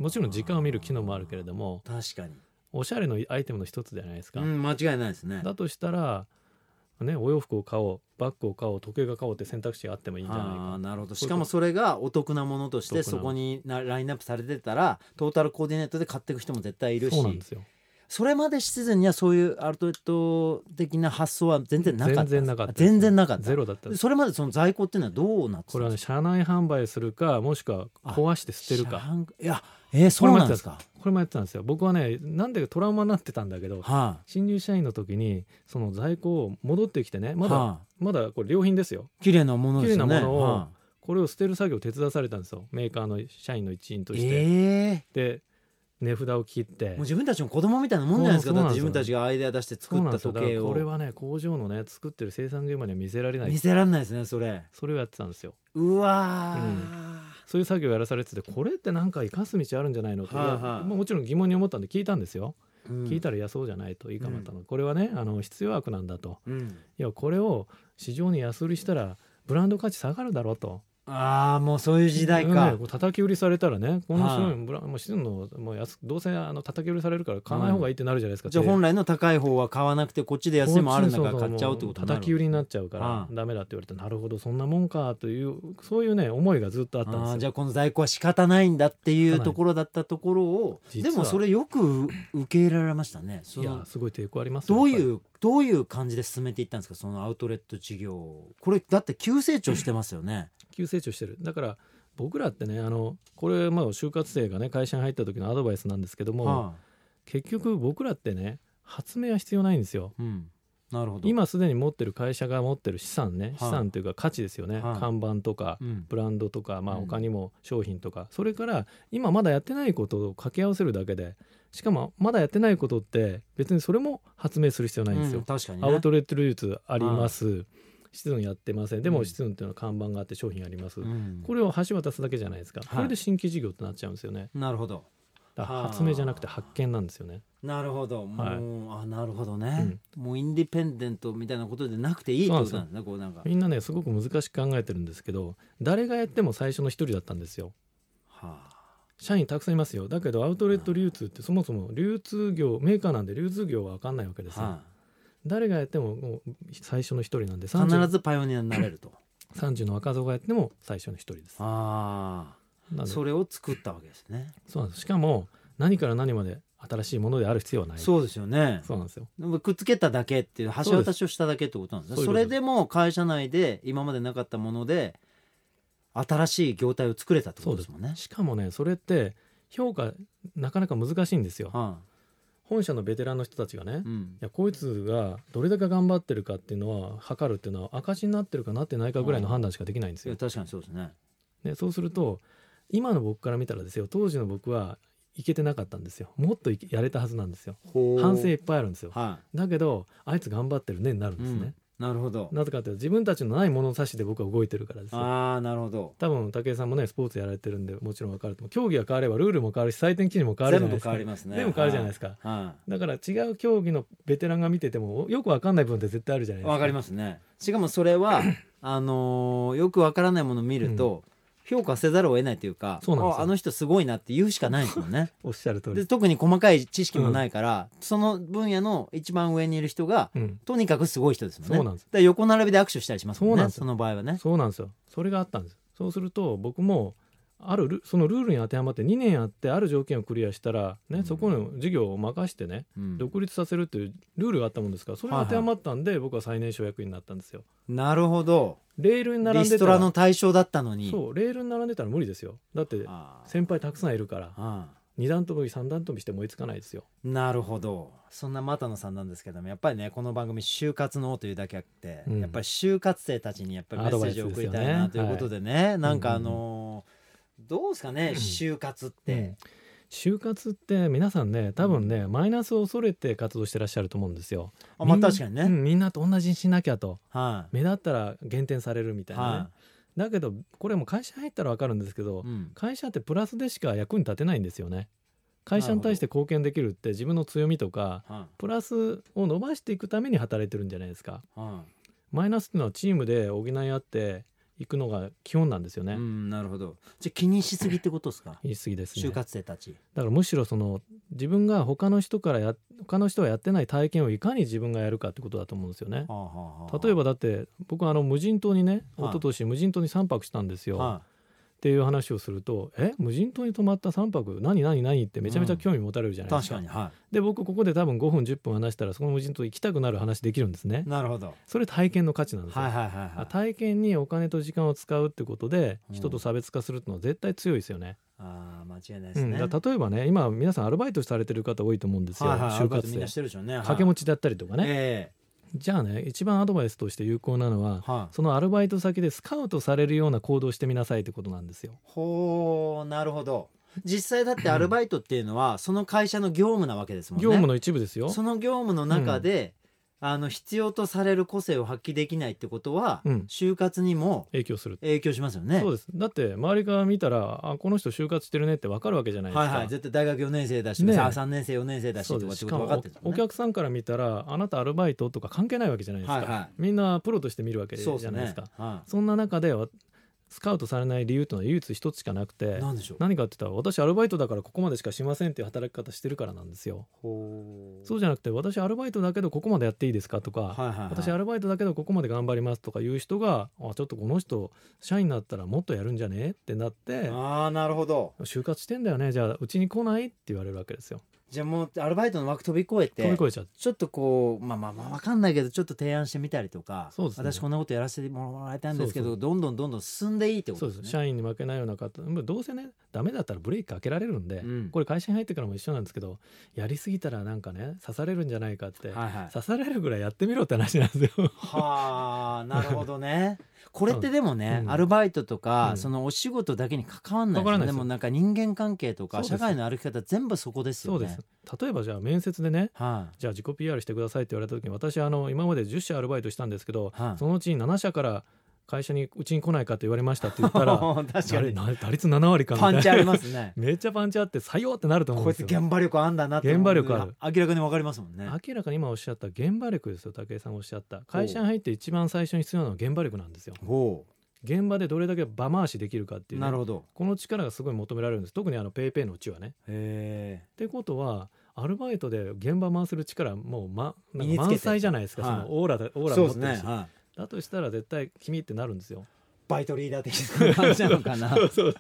[SPEAKER 3] もちろん時間を見る機能もあるけれども
[SPEAKER 2] 確かに
[SPEAKER 3] おしゃれのアイテムの一つじゃないですか、
[SPEAKER 2] うん間違いないですね
[SPEAKER 3] だとしたら、ね、お洋服を買おうバッグを買おう時計が買おうって選択肢があってもいいんじゃない
[SPEAKER 2] あ
[SPEAKER 3] か
[SPEAKER 2] ーなるほど
[SPEAKER 3] そ
[SPEAKER 2] し
[SPEAKER 3] ういうこと
[SPEAKER 2] かもそれがお得なものとし
[SPEAKER 3] お
[SPEAKER 2] て
[SPEAKER 3] 得な
[SPEAKER 2] そこになラインナップされてたらトータルコーディネートで買っていく人も絶対いるし
[SPEAKER 3] そうなんですよ
[SPEAKER 2] それまでシチズンにはそういうアウトレット的な発想は全然なかった
[SPEAKER 3] 全然なかった
[SPEAKER 2] 全然なかった
[SPEAKER 3] ゼロだった
[SPEAKER 2] でそれまでその在庫っていうのはどうなって
[SPEAKER 3] こ
[SPEAKER 2] たん
[SPEAKER 3] れは
[SPEAKER 2] で
[SPEAKER 3] ね
[SPEAKER 2] すか
[SPEAKER 3] 車内販売するかもしくは壊して捨てるか
[SPEAKER 2] シャンいやえー、そうなんですか
[SPEAKER 3] これもやってたんですよ僕はねなんでかトラウマになってたんだけど
[SPEAKER 2] は
[SPEAKER 3] 新入社員の時にその在庫を戻ってきてね
[SPEAKER 2] い、
[SPEAKER 3] まだ、
[SPEAKER 2] は
[SPEAKER 3] まだこれ良品ですよ
[SPEAKER 2] い綺麗なものですよね
[SPEAKER 3] 綺麗なものを
[SPEAKER 2] は
[SPEAKER 3] これを捨てる作業を手伝わされたんですよメーカーの社員の一員と
[SPEAKER 2] い、
[SPEAKER 3] して、
[SPEAKER 2] え
[SPEAKER 3] で値札を切って
[SPEAKER 2] ーもう自分たちの子供みたいなもんじゃないですか
[SPEAKER 3] そう
[SPEAKER 2] だって
[SPEAKER 3] そ
[SPEAKER 2] 自
[SPEAKER 3] う
[SPEAKER 2] 分
[SPEAKER 3] なんで
[SPEAKER 2] た
[SPEAKER 3] す
[SPEAKER 2] ちがアイデア出して
[SPEAKER 3] そう
[SPEAKER 2] 作
[SPEAKER 3] な
[SPEAKER 2] っ
[SPEAKER 3] んで
[SPEAKER 2] た
[SPEAKER 3] すよ
[SPEAKER 2] 時計
[SPEAKER 3] だからこれ
[SPEAKER 2] を
[SPEAKER 3] はね工場のね作ってる生産現場には見せられない
[SPEAKER 2] 見せらんないですねそれ
[SPEAKER 3] それをやってたんですよ
[SPEAKER 2] うわー、
[SPEAKER 3] そういう作業をやらされててこれってなんか生かす道あるんじゃないのって、
[SPEAKER 2] はいはい
[SPEAKER 3] まあもちろん疑問に思ったんで聞いたんですよ、
[SPEAKER 2] うん
[SPEAKER 3] 聞いたらいやそうじゃないといいかまったの、これはねあの必要悪なんだと
[SPEAKER 2] うん
[SPEAKER 3] いやこれを市場に安売りしたらブランド価値下がるだろうと
[SPEAKER 2] ああもうそういう時代
[SPEAKER 3] うんね
[SPEAKER 2] か、
[SPEAKER 3] こう叩き売りされたらねこの白
[SPEAKER 2] はい
[SPEAKER 3] いブラン、もうシズンのもう安どうせあの叩き売りされるから買わない方がいいってなるじゃないですか、
[SPEAKER 2] じゃあ本来の高い方は買わなくてこっちで安いもんあるんだから
[SPEAKER 3] そうそう
[SPEAKER 2] 買っちゃうってことに
[SPEAKER 3] もう
[SPEAKER 2] なる
[SPEAKER 3] 叩き売りになっちゃうか
[SPEAKER 2] あ
[SPEAKER 3] ら
[SPEAKER 2] あ
[SPEAKER 3] ダメだって言われてなるほどそんなもんかというそういうね思いがずっとあったん
[SPEAKER 2] あー
[SPEAKER 3] です
[SPEAKER 2] じゃ
[SPEAKER 3] よ
[SPEAKER 2] あこの在庫は仕方ないんだってい
[SPEAKER 3] 仕方
[SPEAKER 2] う
[SPEAKER 3] ない
[SPEAKER 2] ところだったところを
[SPEAKER 3] 実
[SPEAKER 2] で
[SPEAKER 3] は
[SPEAKER 2] もそれよく受け入れられましたねそ
[SPEAKER 3] いや
[SPEAKER 2] の
[SPEAKER 3] すごい抵抗ありますよ
[SPEAKER 2] どう
[SPEAKER 3] やっぱ
[SPEAKER 2] いうどういう感じで進めていったんですかそのアウトレット事業をこれだって急成長してますよね
[SPEAKER 3] り急成長してるだから僕らってねあのこれまあ就活生がね会社に入った時のアドバイスなんですけども、
[SPEAKER 2] は
[SPEAKER 3] 結局僕らってね発明は必要ないんですよ
[SPEAKER 2] い、うん、なるほど、
[SPEAKER 3] 今すでに持ってる会社が持ってる資産ね
[SPEAKER 2] い
[SPEAKER 3] 資産というか価値ですよね、
[SPEAKER 2] はい
[SPEAKER 3] 看板とか
[SPEAKER 2] うん、
[SPEAKER 3] ブランドとか、まあ、
[SPEAKER 2] うん
[SPEAKER 3] 他にも商品とか、それから今まだやってないことを掛け合わせるだけでしかもまだやってないことって別にそれも発明する必要ないんです
[SPEAKER 2] う
[SPEAKER 3] よ
[SPEAKER 2] ん。確かに、ね、
[SPEAKER 3] アウトレット流通ありますシズンやってませんで
[SPEAKER 2] う
[SPEAKER 3] も
[SPEAKER 2] ん
[SPEAKER 3] シズンっていうのは看板があって商品あります、
[SPEAKER 2] うん
[SPEAKER 3] これを橋渡すだけじゃないですか、
[SPEAKER 2] はい
[SPEAKER 3] これで新規事業ってなっちゃうんですよね
[SPEAKER 2] なるほど
[SPEAKER 3] だから
[SPEAKER 2] はあ
[SPEAKER 3] 発明じゃなくて発見なんですよね
[SPEAKER 2] なるほど、
[SPEAKER 3] はい
[SPEAKER 2] もうあなるほどね、もうインディペンデントみたいなことでなくていいってことなんですねこうなんか、
[SPEAKER 3] みんなねすごく難しく考えてるんですけど誰がやっても最初の一人だったんですよ
[SPEAKER 2] はあ、
[SPEAKER 3] 社員たくさんいますよだけどアウトレット流通ってそもそも流通業メーカーなんで流通業は分かんないわけですよ、
[SPEAKER 2] は
[SPEAKER 3] 誰がやってももう最初の一人なんで
[SPEAKER 2] あ、必
[SPEAKER 3] 30,
[SPEAKER 2] ずパイオニアになれ ると
[SPEAKER 3] 30の若造がやっても最初の一人です
[SPEAKER 2] あ
[SPEAKER 3] な
[SPEAKER 2] あ
[SPEAKER 3] んでそ
[SPEAKER 2] それを作ったわけですね、
[SPEAKER 3] うなんですしかも何から何まで新しいものである必要はない
[SPEAKER 2] そうですよね
[SPEAKER 3] そうなんですよ
[SPEAKER 2] でもくっつけただけっていう橋渡しをしただけってことなんですね
[SPEAKER 3] そ
[SPEAKER 2] そう
[SPEAKER 3] いうこと
[SPEAKER 2] れでも会社内で今までなかったもので新しい業態を作れたってことですもんね
[SPEAKER 3] しかもねそれって評価なかなか難しいんですよ
[SPEAKER 2] は
[SPEAKER 3] 本社のベテランの人たちがね、
[SPEAKER 2] あ、う
[SPEAKER 3] い
[SPEAKER 2] ん
[SPEAKER 3] やこいつがどれだけ頑張ってるかっていうのは測るっていうのは赤字になってるかなってないかぐらいの判断しかできないんです
[SPEAKER 2] い
[SPEAKER 3] よ
[SPEAKER 2] や、確かにそうですね
[SPEAKER 3] でそうすると今の僕から見たらですよ当時の僕はいけてなかったんですよもっといけやれたはずなんですよ反省いっぱいあるんですよ
[SPEAKER 2] は
[SPEAKER 3] だけどあいつ頑張ってるねになるん
[SPEAKER 2] い、
[SPEAKER 3] ですね、
[SPEAKER 2] うんなるほど
[SPEAKER 3] なぜかっていうと自分たちのない物差しで僕は動いてるからですよ
[SPEAKER 2] ああなるほど
[SPEAKER 3] 多分武井さんもねスポーツやられてるんでもちろん分かると思う競技が変わればルールも変わるし採点基準も変わるじゃ
[SPEAKER 2] 全
[SPEAKER 3] な
[SPEAKER 2] 部
[SPEAKER 3] いで
[SPEAKER 2] 変
[SPEAKER 3] すか
[SPEAKER 2] わりますね
[SPEAKER 3] 全部変わるじゃないですすか、
[SPEAKER 2] か、はい
[SPEAKER 3] だから違う競技のベテランが見ててもよく分かんない部分って絶対あるじゃないですか
[SPEAKER 2] わかりますねしかもそれ はあのーよくわからないものを見ると、評価せざるを得ないというか
[SPEAKER 3] そうなんですよ
[SPEAKER 2] ああの人すごいなって言うしかないんですもん ね
[SPEAKER 3] おっしゃる通りで、
[SPEAKER 2] です特に細かい知識もないから、その分野の一番上にいる人が
[SPEAKER 3] うん、
[SPEAKER 2] とにかくすごい人ですもんね
[SPEAKER 3] そうなんです
[SPEAKER 2] だから横並びで握手したりしますも
[SPEAKER 3] そうんな
[SPEAKER 2] ね
[SPEAKER 3] んで
[SPEAKER 2] そ
[SPEAKER 3] すよ
[SPEAKER 2] の場合はね
[SPEAKER 3] そうなんですよそれがあったんですそうすると僕もあるルそのルールに当てはまって2年やってある条件をクリアしたら、ね
[SPEAKER 2] うん
[SPEAKER 3] そこの事業を任してね
[SPEAKER 2] うん
[SPEAKER 3] 独立させるっていうルールがあったもんですからそれに当てはまったんで、僕は最年少役員になったんですよ
[SPEAKER 2] なるほど
[SPEAKER 3] レールに並
[SPEAKER 2] リ
[SPEAKER 3] んで
[SPEAKER 2] ス
[SPEAKER 3] た
[SPEAKER 2] トラ
[SPEAKER 3] ら
[SPEAKER 2] の対象だったのに
[SPEAKER 3] そうレールに並んでたら無理ですよだって
[SPEAKER 2] あー
[SPEAKER 3] 先輩たくさんいるから
[SPEAKER 2] あー
[SPEAKER 3] 2段跳び3段跳びしても追いつかないですよ
[SPEAKER 2] なるほどそんな又野さんなんですけどもやっぱりねこの番組「就活の王」というだけあって、
[SPEAKER 3] うん
[SPEAKER 2] やっぱり就活生たちにやっぱりメッセージを送りたい
[SPEAKER 3] アドバイ
[SPEAKER 2] なと
[SPEAKER 3] スです
[SPEAKER 2] い
[SPEAKER 3] よ
[SPEAKER 2] う
[SPEAKER 3] ね
[SPEAKER 2] ことでねなんかあのーどうですかね
[SPEAKER 3] ん
[SPEAKER 2] 就活って、
[SPEAKER 3] 就活って皆さんね多分ね、マイナスを恐れて活動してらっしゃると思うんですよ。
[SPEAKER 2] あまあ
[SPEAKER 3] みんな
[SPEAKER 2] 確かにね、
[SPEAKER 3] うんみんなと同じにしなきゃと
[SPEAKER 2] はい、
[SPEAKER 3] 目立ったら減点されるみたいなね、
[SPEAKER 2] は
[SPEAKER 3] だけどこれも会社入ったら分かるんですけど、
[SPEAKER 2] いうん
[SPEAKER 3] 会社ってプラスでしか役に立てないんですよね。会社に対して貢献できるって自分の強みとか
[SPEAKER 2] は
[SPEAKER 3] プラスを伸ばしていくために働いてるんじゃないですか。
[SPEAKER 2] いは
[SPEAKER 3] マイナスっていうのはチームで補い合っていくのが基本なんですよ
[SPEAKER 2] い、
[SPEAKER 3] ね。
[SPEAKER 2] うんなるほどじゃあ気にしすぎってことですか
[SPEAKER 3] 言い過ぎですね。
[SPEAKER 2] 就
[SPEAKER 3] だか
[SPEAKER 2] 活生たち
[SPEAKER 3] らむしろその自分が他の人からや他の人がやってない体験をいかに自分がやるかってことだと思うんですよ
[SPEAKER 2] は
[SPEAKER 3] ね。
[SPEAKER 2] あはあはあ
[SPEAKER 3] 例えばだって僕はあの無人島にね
[SPEAKER 2] はい
[SPEAKER 3] 一昨年無人島に3泊したんですよ、っ
[SPEAKER 2] は
[SPEAKER 3] ていう話をすると「え無人島に泊まった3泊何何何?」ってめちゃめちゃ興味持たれるじゃ
[SPEAKER 2] い、
[SPEAKER 3] ないで
[SPEAKER 2] 確
[SPEAKER 3] すか。
[SPEAKER 2] かには
[SPEAKER 3] で僕ここで多分5分10分話したらその無人島行きたくなる話できるんですね
[SPEAKER 2] い。なるほど
[SPEAKER 3] それ体験の価値なんですよ。
[SPEAKER 2] はいはいはいはい
[SPEAKER 3] 体験にお金と時間を使うってことで
[SPEAKER 2] うん
[SPEAKER 3] 人と差別化するってのは絶対強いですよね。
[SPEAKER 2] あー間違いないで
[SPEAKER 3] う
[SPEAKER 2] す
[SPEAKER 3] ん
[SPEAKER 2] ね、
[SPEAKER 3] だから例えばね今皆さんアルバイトされてる方多いと思うんですよ、
[SPEAKER 2] はいはい、
[SPEAKER 3] 就
[SPEAKER 2] 就活
[SPEAKER 3] 活
[SPEAKER 2] みんな
[SPEAKER 3] で
[SPEAKER 2] してるでしょうね
[SPEAKER 3] 掛け持ちだったりとか
[SPEAKER 2] ち
[SPEAKER 3] ね、
[SPEAKER 2] え
[SPEAKER 3] じゃあね一番アドバイスとして有効なのは
[SPEAKER 2] えはい、
[SPEAKER 3] そのアルバイト先でスカウトされるような行動をしてみなさいってことなんですよ。
[SPEAKER 2] ほうなるほど実際だってアルバイトっていうのはその会社の業務なわけですもんね
[SPEAKER 3] 業務の一部ですよ。
[SPEAKER 2] その業務の中で、あの必要とされる個性を発揮できないってことは、
[SPEAKER 3] うん
[SPEAKER 2] 就活にも
[SPEAKER 3] 影響する。
[SPEAKER 2] 影響しますよね
[SPEAKER 3] そうです。だって周りから見たらあこの人就活してるねってわかるわけじゃないですか。
[SPEAKER 2] はいはい絶対大学4年生だし、
[SPEAKER 3] ね
[SPEAKER 2] さ3年生4年生だし
[SPEAKER 3] そう
[SPEAKER 2] と
[SPEAKER 3] で
[SPEAKER 2] か
[SPEAKER 3] す
[SPEAKER 2] って
[SPEAKER 3] し
[SPEAKER 2] こ
[SPEAKER 3] か
[SPEAKER 2] と分かっ
[SPEAKER 3] も
[SPEAKER 2] てるんです
[SPEAKER 3] お
[SPEAKER 2] もん
[SPEAKER 3] お客さんから見たらあなたアルバイトとか関係ないわけじゃないですか、
[SPEAKER 2] はいはい
[SPEAKER 3] みんなプロとして見るわけじ
[SPEAKER 2] そう
[SPEAKER 3] ゃ
[SPEAKER 2] です
[SPEAKER 3] ないで
[SPEAKER 2] ね
[SPEAKER 3] すか
[SPEAKER 2] は
[SPEAKER 3] そんな中でわスカウトされない理由というのは唯一一つしかなく
[SPEAKER 2] い
[SPEAKER 3] て
[SPEAKER 2] なんでしょう
[SPEAKER 3] 何かって言ったら私アルバイトだからここまでしかしませんっていう働き方してるからなんですよ
[SPEAKER 2] ほう
[SPEAKER 3] そうじゃなくて私アルバイトだけどここまでやっていいですかとか、
[SPEAKER 2] はいはいはい
[SPEAKER 3] 私アルバイトだけどここまで頑張りますとかいう人があちょっとこの人社員になったらもっとやるんじゃねってなって
[SPEAKER 2] ああなるほど
[SPEAKER 3] 就活してんだよねじゃあうちに来ないって言われるわけですよ
[SPEAKER 2] じゃあもうアルバイトの枠飛び越えて
[SPEAKER 3] 飛び越えちゃう
[SPEAKER 2] ちょっとこうまあまあまあ分かんないけどちょっと提案してみたりとか、
[SPEAKER 3] そうですね
[SPEAKER 2] 私こんなことやらせてもらいたいんですけど
[SPEAKER 3] そう
[SPEAKER 2] どんどんどんどん進んでいいってこと
[SPEAKER 3] そう
[SPEAKER 2] で
[SPEAKER 3] です
[SPEAKER 2] ね。
[SPEAKER 3] す社員に負けないような方まあどうせねダメだったらブレーキかけられるんで、
[SPEAKER 2] うん
[SPEAKER 3] これ会社に入ってからも一緒なんですけどやりすぎたらなんかね刺されるんじゃないかって、
[SPEAKER 2] はいはい、
[SPEAKER 3] 刺されるぐらいやってみろって話なんですよ。
[SPEAKER 2] はあなるほど ね。これってでもね、
[SPEAKER 3] うん
[SPEAKER 2] アルバイトとか、
[SPEAKER 3] うん
[SPEAKER 2] そのお仕事だけに関わんない
[SPEAKER 3] 関わらない
[SPEAKER 2] で
[SPEAKER 3] です
[SPEAKER 2] もなんか人間関係と
[SPEAKER 3] そう
[SPEAKER 2] か
[SPEAKER 3] です
[SPEAKER 2] 社会の歩き方全部そこですよ
[SPEAKER 3] そ
[SPEAKER 2] ね。
[SPEAKER 3] うです例えばじゃあ面接でね
[SPEAKER 2] は
[SPEAKER 3] じゃあ自己 PR してくださいって言われた時に私あの今まで10社アルバイトしたんですけど、
[SPEAKER 2] はい
[SPEAKER 3] そのうち7社から会社にうちに来ないかって言われましたって言っ
[SPEAKER 2] い、
[SPEAKER 3] た ら
[SPEAKER 2] 確か
[SPEAKER 3] 誰
[SPEAKER 2] に
[SPEAKER 3] な打率7割かみた
[SPEAKER 2] パ
[SPEAKER 3] いな
[SPEAKER 2] ンチあります
[SPEAKER 3] 。
[SPEAKER 2] ね
[SPEAKER 3] めっちゃパンチあって採用ってなると
[SPEAKER 2] こう
[SPEAKER 3] 思う
[SPEAKER 2] んやっ
[SPEAKER 3] です
[SPEAKER 2] て
[SPEAKER 3] よ。
[SPEAKER 2] 現場力あんだなって
[SPEAKER 3] 現場力ある
[SPEAKER 2] 明らかにわかりますもんね。
[SPEAKER 3] 明らかに今おっしゃった現場力ですよ武井さんおっしゃった会社に入って一番最初に必要なのは現場力なんですよ
[SPEAKER 2] ほ
[SPEAKER 3] 現場でどれだけ場回しできるかって
[SPEAKER 2] う
[SPEAKER 3] いう
[SPEAKER 2] なる
[SPEAKER 3] ね
[SPEAKER 2] ほど。
[SPEAKER 3] この力がすごい求められるんです特にあのペイペイのうちはね
[SPEAKER 2] へえ。
[SPEAKER 3] ってことはアルバイトで現場回せる力もう、ま、なん
[SPEAKER 2] 身につ
[SPEAKER 3] か
[SPEAKER 2] けて
[SPEAKER 3] 満載じゃないですか、
[SPEAKER 2] はい
[SPEAKER 3] そのオーラだオーラ
[SPEAKER 2] そ
[SPEAKER 3] 持
[SPEAKER 2] うで
[SPEAKER 3] っ
[SPEAKER 2] す
[SPEAKER 3] てる
[SPEAKER 2] ね
[SPEAKER 3] し、。
[SPEAKER 2] はい
[SPEAKER 3] だとしたら絶対君ってなるんですよ
[SPEAKER 2] バイトリーダー的な感じなのかな
[SPEAKER 3] そうそう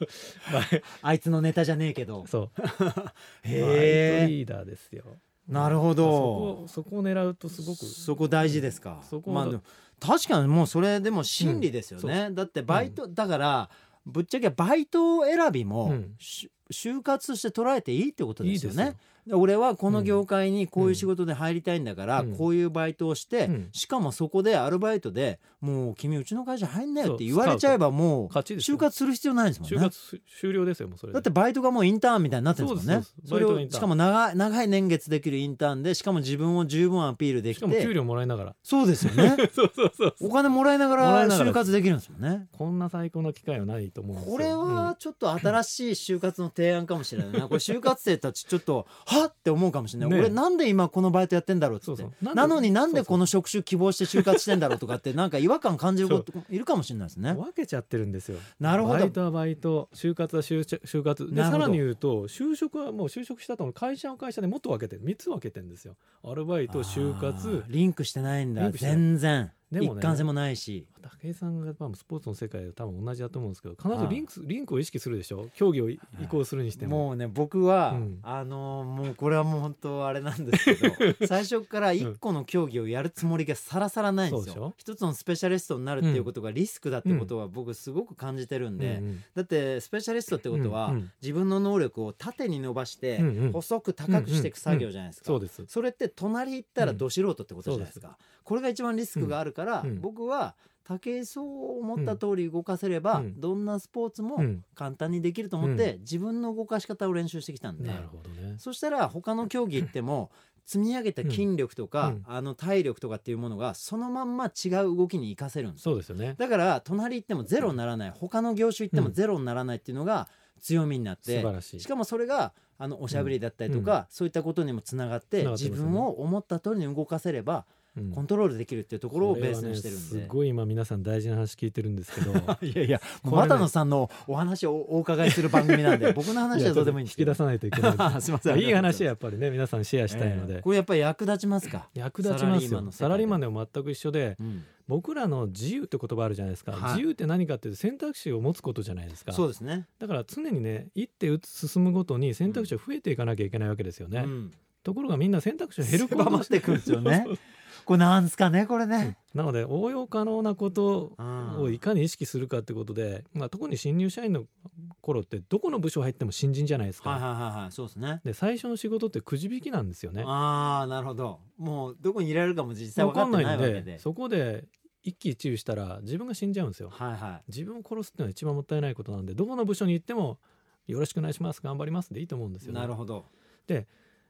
[SPEAKER 2] あいつのネタじゃねえけど
[SPEAKER 3] そうバイト
[SPEAKER 2] へえ
[SPEAKER 3] リーダーですよ
[SPEAKER 2] なるほど
[SPEAKER 3] そこそこを狙うとすごく
[SPEAKER 2] そこ大事ですか
[SPEAKER 3] そこ
[SPEAKER 2] まあ、でも確かにもうそれでも真理ですよ
[SPEAKER 3] うん
[SPEAKER 2] ね、だってバイト、だからぶっちゃけバイト選びも、
[SPEAKER 3] うん
[SPEAKER 2] し就活として捉えていいってこと
[SPEAKER 3] いい
[SPEAKER 2] で
[SPEAKER 3] ですす
[SPEAKER 2] よ
[SPEAKER 3] よ
[SPEAKER 2] ねで俺はこの業界にこういううん仕事で入りたいんだから、
[SPEAKER 3] うん
[SPEAKER 2] こういうバイトをして、
[SPEAKER 3] うん
[SPEAKER 2] しかもそこでアルバイトでもう君うちの会社入んなよって
[SPEAKER 3] そう
[SPEAKER 2] 言われちゃえばもう
[SPEAKER 3] 勝ちです
[SPEAKER 2] 就
[SPEAKER 3] よ
[SPEAKER 2] 活する必要ないですもんね
[SPEAKER 3] 就活終了ですよもうそれ
[SPEAKER 2] だっ
[SPEAKER 3] で
[SPEAKER 2] てバイトがもうインターンみたいになってるんですもんね
[SPEAKER 3] そうです
[SPEAKER 2] そ
[SPEAKER 3] そう
[SPEAKER 2] れ
[SPEAKER 3] ですバイトイ
[SPEAKER 2] を
[SPEAKER 3] ンタ
[SPEAKER 2] し
[SPEAKER 3] ーン
[SPEAKER 2] かも長い長い年月できるインターンでしかも自分を十分アピールで
[SPEAKER 3] し
[SPEAKER 2] き
[SPEAKER 3] かも給
[SPEAKER 2] て
[SPEAKER 3] 料もらいながら
[SPEAKER 2] そうですよね
[SPEAKER 3] そうそうそう
[SPEAKER 2] お金もらいなが
[SPEAKER 3] もら
[SPEAKER 2] ら
[SPEAKER 3] いながら
[SPEAKER 2] 就活できるんですもんね
[SPEAKER 3] こんな最高の機会はないと思うんですよ
[SPEAKER 2] これ
[SPEAKER 3] うん
[SPEAKER 2] はちょっと新しい就活の提案かもしれない なこれ就活生たちちょっとはっって思うかもしれない、
[SPEAKER 3] ね
[SPEAKER 2] 俺なんで今このバイトやってんだろうっつ
[SPEAKER 3] そ
[SPEAKER 2] っ
[SPEAKER 3] う
[SPEAKER 2] て
[SPEAKER 3] そう
[SPEAKER 2] なのになんでこ
[SPEAKER 3] の
[SPEAKER 2] の職種希望して就活してんだろうとかってなんか違和感感じることいるかもしれないですね
[SPEAKER 3] 分けちゃってるんですよ
[SPEAKER 2] なるほど
[SPEAKER 3] バイトはバイト就活は就就活で
[SPEAKER 2] なるほど
[SPEAKER 3] さらに言うと就職はもう就職したとの会社は会社でもっと分けて3つ分けてんですよアルバイト就
[SPEAKER 2] あ
[SPEAKER 3] 活
[SPEAKER 2] ーリンクしてないん
[SPEAKER 3] リ
[SPEAKER 2] だ
[SPEAKER 3] ンクしてない
[SPEAKER 2] 全然、
[SPEAKER 3] でも
[SPEAKER 2] 一
[SPEAKER 3] ね
[SPEAKER 2] 貫性もないし
[SPEAKER 3] 武井さんがまあスポーツの世界で多分同じだと思うんですけど必ずリンクリンクを意識するでしょ競技を移行するにしても
[SPEAKER 2] もうね僕は、
[SPEAKER 3] うん
[SPEAKER 2] あのーもうこれはもう本当あれなんですけ ど最初から一個の競技をやるつもりがさらさらないんです
[SPEAKER 3] そうでし
[SPEAKER 2] よ
[SPEAKER 3] ょ。
[SPEAKER 2] 一つのスペシャリストになるっていうことがリスクだってことは僕すごく感じてるんで、
[SPEAKER 3] うんうん
[SPEAKER 2] だってスペシャリストってことは、
[SPEAKER 3] うんうん
[SPEAKER 2] 自分の能力を縦に伸ばして、
[SPEAKER 3] うんうん
[SPEAKER 2] 細く高くしていく作業じゃないですか。
[SPEAKER 3] そうです
[SPEAKER 2] それって隣行ったらど素人ってことじゃないですか、これが一番リスクがあるから、
[SPEAKER 3] うんうん
[SPEAKER 2] 僕は武井壮を思った通り動かせれば、
[SPEAKER 3] うん
[SPEAKER 2] どんなスポーツ
[SPEAKER 3] う
[SPEAKER 2] も
[SPEAKER 3] ん、
[SPEAKER 2] 簡単にできると思って、自分の動かし方を練習してきたんで
[SPEAKER 3] なるほどね。
[SPEAKER 2] そしたら他の競技行っても積み上げた筋力とか、
[SPEAKER 3] うん
[SPEAKER 2] あの体力とかっていうものがそのまんま違う動きに活かせるんですよ
[SPEAKER 3] そうですよね。
[SPEAKER 2] だから隣行ってもゼロにならない他の業種行っても
[SPEAKER 3] うん
[SPEAKER 2] ゼロにならないっていうのが強みになっ
[SPEAKER 3] 素
[SPEAKER 2] て、
[SPEAKER 3] 晴らしい。
[SPEAKER 2] しかもそれがあのおしゃべりだったりとか、そういったことにもつながって
[SPEAKER 3] つながって
[SPEAKER 2] 自
[SPEAKER 3] ますよね
[SPEAKER 2] 分を思った通りに動かせれば
[SPEAKER 3] うん
[SPEAKER 2] コントロールできるっていうところをベースにしてるん
[SPEAKER 3] これは
[SPEAKER 2] で
[SPEAKER 3] ね、す。ごい今皆さん大事な話聞いてるんですけど
[SPEAKER 2] いやいや、
[SPEAKER 3] これね
[SPEAKER 2] 又野さんのお話をお伺いする番組 なんで、僕の話はどうでもいいんです
[SPEAKER 3] や
[SPEAKER 2] けど。
[SPEAKER 3] ちょっと引き出さないとい けないで
[SPEAKER 2] すいますせん。
[SPEAKER 3] いい話は
[SPEAKER 2] や
[SPEAKER 3] やっぱりね皆さんシェアしたいので、
[SPEAKER 2] これやっぱり役立ちますか。
[SPEAKER 3] 役立ちます
[SPEAKER 2] サラリーマンの世
[SPEAKER 3] よ
[SPEAKER 2] 界で
[SPEAKER 3] サラリーマンでも全く一緒で
[SPEAKER 2] うん
[SPEAKER 3] 僕らの自由って言葉あるじゃないですか、
[SPEAKER 2] はい
[SPEAKER 3] 自由って何かっていうと選択肢を持つことじゃないですか
[SPEAKER 2] そうですね。
[SPEAKER 3] だから常にね一手打つ進むごとに選択肢を増えていかなきゃいけないわけですよね、
[SPEAKER 2] うん
[SPEAKER 3] ところがみんな選択肢を減ること
[SPEAKER 2] 狭まってくるんですよ ね。これなんですかね、これね。
[SPEAKER 3] なので応用可能なこと
[SPEAKER 2] うん
[SPEAKER 3] をいかに意識するかってことで、まあ、特に新入社員の頃ってどこの部署入っても新人じゃないですか、
[SPEAKER 2] はいはいはいはい、そうですね。
[SPEAKER 3] で最初の仕事ってくじ引きなんですよね
[SPEAKER 2] ああ、なるほど。もうどこにいられるかも実際
[SPEAKER 3] わ
[SPEAKER 2] 分か
[SPEAKER 3] か
[SPEAKER 2] っ
[SPEAKER 3] ん
[SPEAKER 2] てな
[SPEAKER 3] な
[SPEAKER 2] い
[SPEAKER 3] い
[SPEAKER 2] わ
[SPEAKER 3] ん
[SPEAKER 2] け
[SPEAKER 3] で
[SPEAKER 2] で。
[SPEAKER 3] そこで一喜一憂したら自分が死んじゃうんですよ
[SPEAKER 2] はいは
[SPEAKER 3] 自分を殺すっていうのは一番もったいないことなんでどこの部署に行ってもよろしくお願いします頑張りますでいいと思うんで
[SPEAKER 2] い。
[SPEAKER 3] すよね、
[SPEAKER 2] なるほど。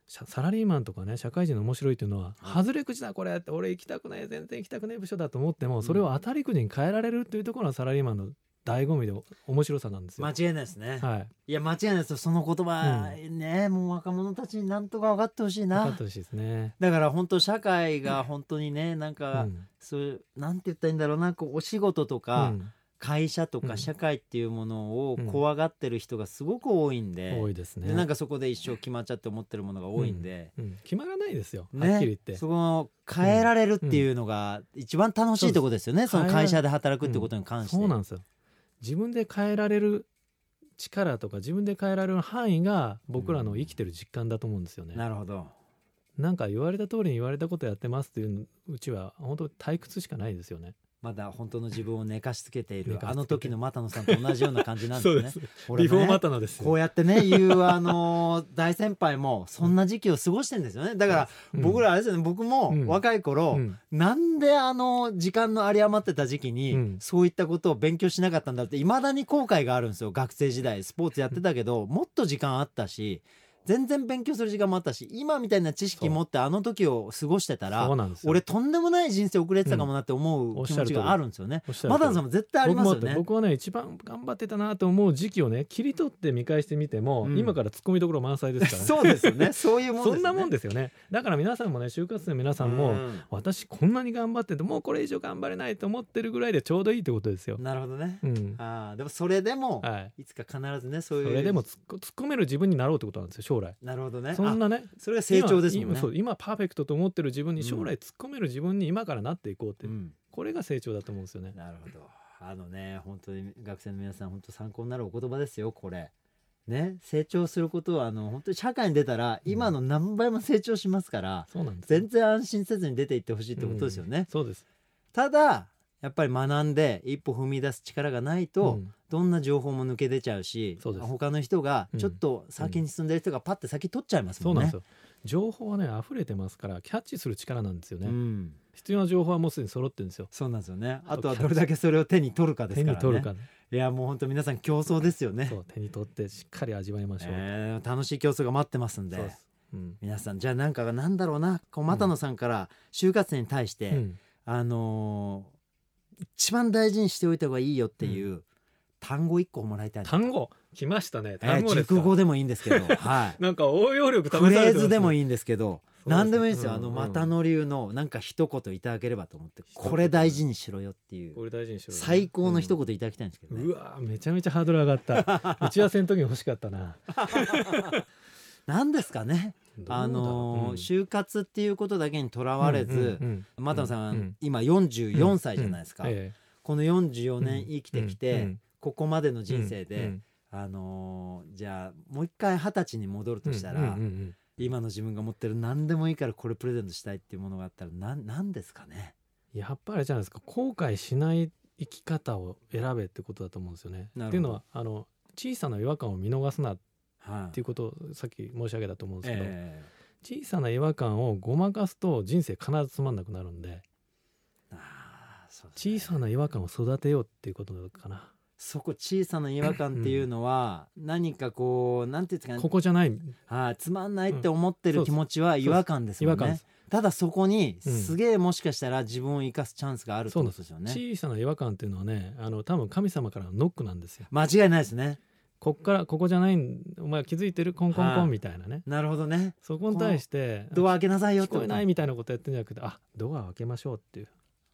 [SPEAKER 3] シャサラリーマンとかね社会人の面白いっていうのは、
[SPEAKER 2] はい
[SPEAKER 3] 外れくじだこれって俺行きたくない全然行きたくない部署だと思っても、それを当たりくじに変えられるっていうところがサラリーマンの醍醐味で面白さなんですよ。
[SPEAKER 2] 間違いないですね。
[SPEAKER 3] はい、
[SPEAKER 2] いや、間違いないですよ。その言葉、ね、もう若者たちになんとか分かってほしい
[SPEAKER 3] 分かっ
[SPEAKER 2] な
[SPEAKER 3] て。ほしいですね。
[SPEAKER 2] だから本当社会が本当にね、 なん
[SPEAKER 3] う
[SPEAKER 2] か、
[SPEAKER 3] ん
[SPEAKER 2] そういうなんて言ったらいいんだろうなこうお仕事と
[SPEAKER 3] う
[SPEAKER 2] か
[SPEAKER 3] ん
[SPEAKER 2] 会社と
[SPEAKER 3] う
[SPEAKER 2] か
[SPEAKER 3] ん
[SPEAKER 2] 社会っていうものを
[SPEAKER 3] うん
[SPEAKER 2] 怖がってる人がすごく多いんで,、
[SPEAKER 3] 多いですね
[SPEAKER 2] でなんかそこで一生決まっちゃって思ってるものが多いんで、
[SPEAKER 3] うん決まらないですよ、
[SPEAKER 2] ね
[SPEAKER 3] はっきり言って。
[SPEAKER 2] そこの変えられるっていうのが一番楽しいとこですよね、その会社で働くってことに関して。
[SPEAKER 3] そうなんですよ自分で変えられる力とか自分で変えられる範囲が僕らの生きてる実感だと思うんですよね。
[SPEAKER 2] なるほど
[SPEAKER 3] なんか言われた通りに言われたことやってますっていううちは本当退屈しかないですよね。
[SPEAKER 2] まだ本当の自分を寝かしつけている
[SPEAKER 3] 寝かしつけて
[SPEAKER 2] あの時の又野さんと同じような感じなんですね。
[SPEAKER 3] そうです
[SPEAKER 2] 俺ね
[SPEAKER 3] リフォーマタナですよ。
[SPEAKER 2] こうやってね言うあのー大先輩もそんな時期を過ごしてんですよねだから
[SPEAKER 3] うん
[SPEAKER 2] 僕らあれですよね僕も
[SPEAKER 3] うん
[SPEAKER 2] 若い頃、
[SPEAKER 3] うん
[SPEAKER 2] なんであの時間の有り余ってた時期に、
[SPEAKER 3] うん
[SPEAKER 2] そういったことを勉強しなかったんだっていまだに後悔があるんですよ学生時代スポーツやってたけど、もっと時間あったし全然勉強する時間もあったし今みたいな知識持ってあの時を過ごしてた
[SPEAKER 3] そ
[SPEAKER 2] ら
[SPEAKER 3] うなんですよ。
[SPEAKER 2] 俺とんでもない人生遅れてたかもなって思
[SPEAKER 3] んお
[SPEAKER 2] う
[SPEAKER 3] っ
[SPEAKER 2] 気
[SPEAKER 3] し
[SPEAKER 2] 持
[SPEAKER 3] ゃる通
[SPEAKER 2] ち
[SPEAKER 3] り
[SPEAKER 2] があるんですよね。
[SPEAKER 3] おっしゃる
[SPEAKER 2] ま
[SPEAKER 3] 通り
[SPEAKER 2] ださんも絶対ありま
[SPEAKER 3] 僕
[SPEAKER 2] す
[SPEAKER 3] も
[SPEAKER 2] よ
[SPEAKER 3] あって
[SPEAKER 2] ね。
[SPEAKER 3] 僕はね一番頑張ってたなと思う時期をね切り取って見返してみても、
[SPEAKER 2] うん
[SPEAKER 3] 今から突っ込みどころ満載ですから、ね、
[SPEAKER 2] そうですよね。そういうもんですよ
[SPEAKER 3] そ
[SPEAKER 2] ね。
[SPEAKER 3] んなもんですよねだから皆さんもね就活生の皆さんも、
[SPEAKER 2] うん
[SPEAKER 3] 私こんなに頑張っててもうこれ以上頑張れないと思ってるぐらいでちょうどいいってことですよ。
[SPEAKER 2] なるほどね。
[SPEAKER 3] うん
[SPEAKER 2] ああでもそれでも、
[SPEAKER 3] はい、
[SPEAKER 2] い、つか必ずねそう
[SPEAKER 3] そ
[SPEAKER 2] いう
[SPEAKER 3] れでも突っ込突っ込める自分になろうってことなんですよ将来。
[SPEAKER 2] なるほどね
[SPEAKER 3] そんなね
[SPEAKER 2] あそれが成長ですもん
[SPEAKER 3] 今
[SPEAKER 2] ね
[SPEAKER 3] 今そう今パーフェクトと思ってる自分に
[SPEAKER 2] うん
[SPEAKER 3] 将来突っ込める自分に今からなっていこうって、
[SPEAKER 2] うん、
[SPEAKER 3] これが成長だと思うんですよね。
[SPEAKER 2] なるほどあのね本当に学生の皆さん本当参考になるお言葉ですよこれね成長することはあの本当に社会に出たら
[SPEAKER 3] うん
[SPEAKER 2] 今の何倍も成長しますから、
[SPEAKER 3] そうなんですよ
[SPEAKER 2] 全然安心せずに出ていってほしいってことですよね、
[SPEAKER 3] そうです。
[SPEAKER 2] ただやっぱり学んで一歩踏み出す力がないと、
[SPEAKER 3] うん
[SPEAKER 2] どんな情報も抜け出ちゃうし
[SPEAKER 3] そうです
[SPEAKER 2] 他の人が
[SPEAKER 3] うん
[SPEAKER 2] ちょっと先に進んでる人がパッて先取っちゃいます
[SPEAKER 3] そ
[SPEAKER 2] も
[SPEAKER 3] うんなんで
[SPEAKER 2] ね
[SPEAKER 3] す。よ。情報はね溢れてますからキャッチする力なんですよね。
[SPEAKER 2] うん
[SPEAKER 3] 必要な情報はもうすでに揃ってるんですよ。
[SPEAKER 2] そうなんですよね。あ
[SPEAKER 3] あ
[SPEAKER 2] と
[SPEAKER 3] と
[SPEAKER 2] はどれだけそれを手に取るかです
[SPEAKER 3] 手
[SPEAKER 2] からね。
[SPEAKER 3] に取るか、
[SPEAKER 2] いやもう本当皆さん競争ですよね
[SPEAKER 3] そ。う手に取ってしっかり味わいましょう。
[SPEAKER 2] えー楽しい競争が待ってますん
[SPEAKER 3] そうで。
[SPEAKER 2] です
[SPEAKER 3] うん。
[SPEAKER 2] 皆さんじゃあなんかがなんだろうなこう又野さんから就活生に対して、
[SPEAKER 3] うん
[SPEAKER 2] あのー一番大事にしておいた方がいいよっていう、単語一個もらいたいな
[SPEAKER 3] 単語来ましたね。
[SPEAKER 2] え
[SPEAKER 3] 単
[SPEAKER 2] ー
[SPEAKER 3] 語ですか
[SPEAKER 2] 熟語でもいいんですけど、 はい、
[SPEAKER 3] なんか応用力試さ
[SPEAKER 2] フ
[SPEAKER 3] れてますね
[SPEAKER 2] レーズでもいいんですけど
[SPEAKER 3] そうですね
[SPEAKER 2] 何でもいいんですよ、
[SPEAKER 3] うん
[SPEAKER 2] あの
[SPEAKER 3] うん
[SPEAKER 2] 又野流のなんか一言いただければと思って
[SPEAKER 3] 言ね
[SPEAKER 2] これ大事にしろよっていう
[SPEAKER 3] これ大事にしろよ
[SPEAKER 2] 最高の一言いただきたいんですけど
[SPEAKER 3] うん
[SPEAKER 2] ね、
[SPEAKER 3] うわーめちゃめちゃハードル上がった 打ち合わせの時に欲しかったな
[SPEAKER 2] なんですかね
[SPEAKER 3] どうだろう
[SPEAKER 2] あのー
[SPEAKER 3] うん
[SPEAKER 2] 就活っていうことだけにとらわれず、
[SPEAKER 3] うんうん
[SPEAKER 2] 又野さん、
[SPEAKER 3] うん
[SPEAKER 2] 今44歳じゃないですか、
[SPEAKER 3] うんええ
[SPEAKER 2] この44年生きてきて、
[SPEAKER 3] うん
[SPEAKER 2] ここまでの人生で、
[SPEAKER 3] うん
[SPEAKER 2] あのーじゃあもう一回二十歳に戻るとしたら、
[SPEAKER 3] うんうんうん
[SPEAKER 2] 今の自分が持ってる何でもいいからこれプレゼントしたいっていうものがあったらなんなんですかね
[SPEAKER 3] やっぱりあれじゃないですか後悔しない生き方を選べってことだと思うんですよね。
[SPEAKER 2] なるほど
[SPEAKER 3] っていうのはあの小さな違和感を見逃すなっ
[SPEAKER 2] はい、
[SPEAKER 3] ていうことをさっき申し上げたと思うんですけど、
[SPEAKER 2] え
[SPEAKER 3] 小さな違和感をごまかすと人生必ずつまんなくなるんで
[SPEAKER 2] えああそうですね
[SPEAKER 3] 小さな違和感を育てようっていうことかな
[SPEAKER 2] そこ小さな違和感っていうのは何かこうなんていうんですかね
[SPEAKER 3] ここじゃない
[SPEAKER 2] あーつまんないって思って
[SPEAKER 3] う
[SPEAKER 2] る
[SPEAKER 3] ん
[SPEAKER 2] 気持ちは違和感です
[SPEAKER 3] 違
[SPEAKER 2] も
[SPEAKER 3] 和
[SPEAKER 2] んね、
[SPEAKER 3] 感です
[SPEAKER 2] ただそこに
[SPEAKER 3] うん
[SPEAKER 2] すげえもしかしたら自分を生かすチャンスがあるって
[SPEAKER 3] そう
[SPEAKER 2] こ
[SPEAKER 3] なん
[SPEAKER 2] と
[SPEAKER 3] で
[SPEAKER 2] で
[SPEAKER 3] す
[SPEAKER 2] すよね
[SPEAKER 3] 小さな違和感っていうのはねあの多分神様からのノックなんですよ
[SPEAKER 2] 間違いないですね
[SPEAKER 3] こっからここじゃないんお前気づいてるコンコンコ
[SPEAKER 2] はい
[SPEAKER 3] ンみたいなね
[SPEAKER 2] なるほどね
[SPEAKER 3] そこに対して
[SPEAKER 2] ドア開けなさいよっ
[SPEAKER 3] 聞
[SPEAKER 2] てこ
[SPEAKER 3] ことえないみたいなことやってんじゃなくてあドア開けましょうっていう、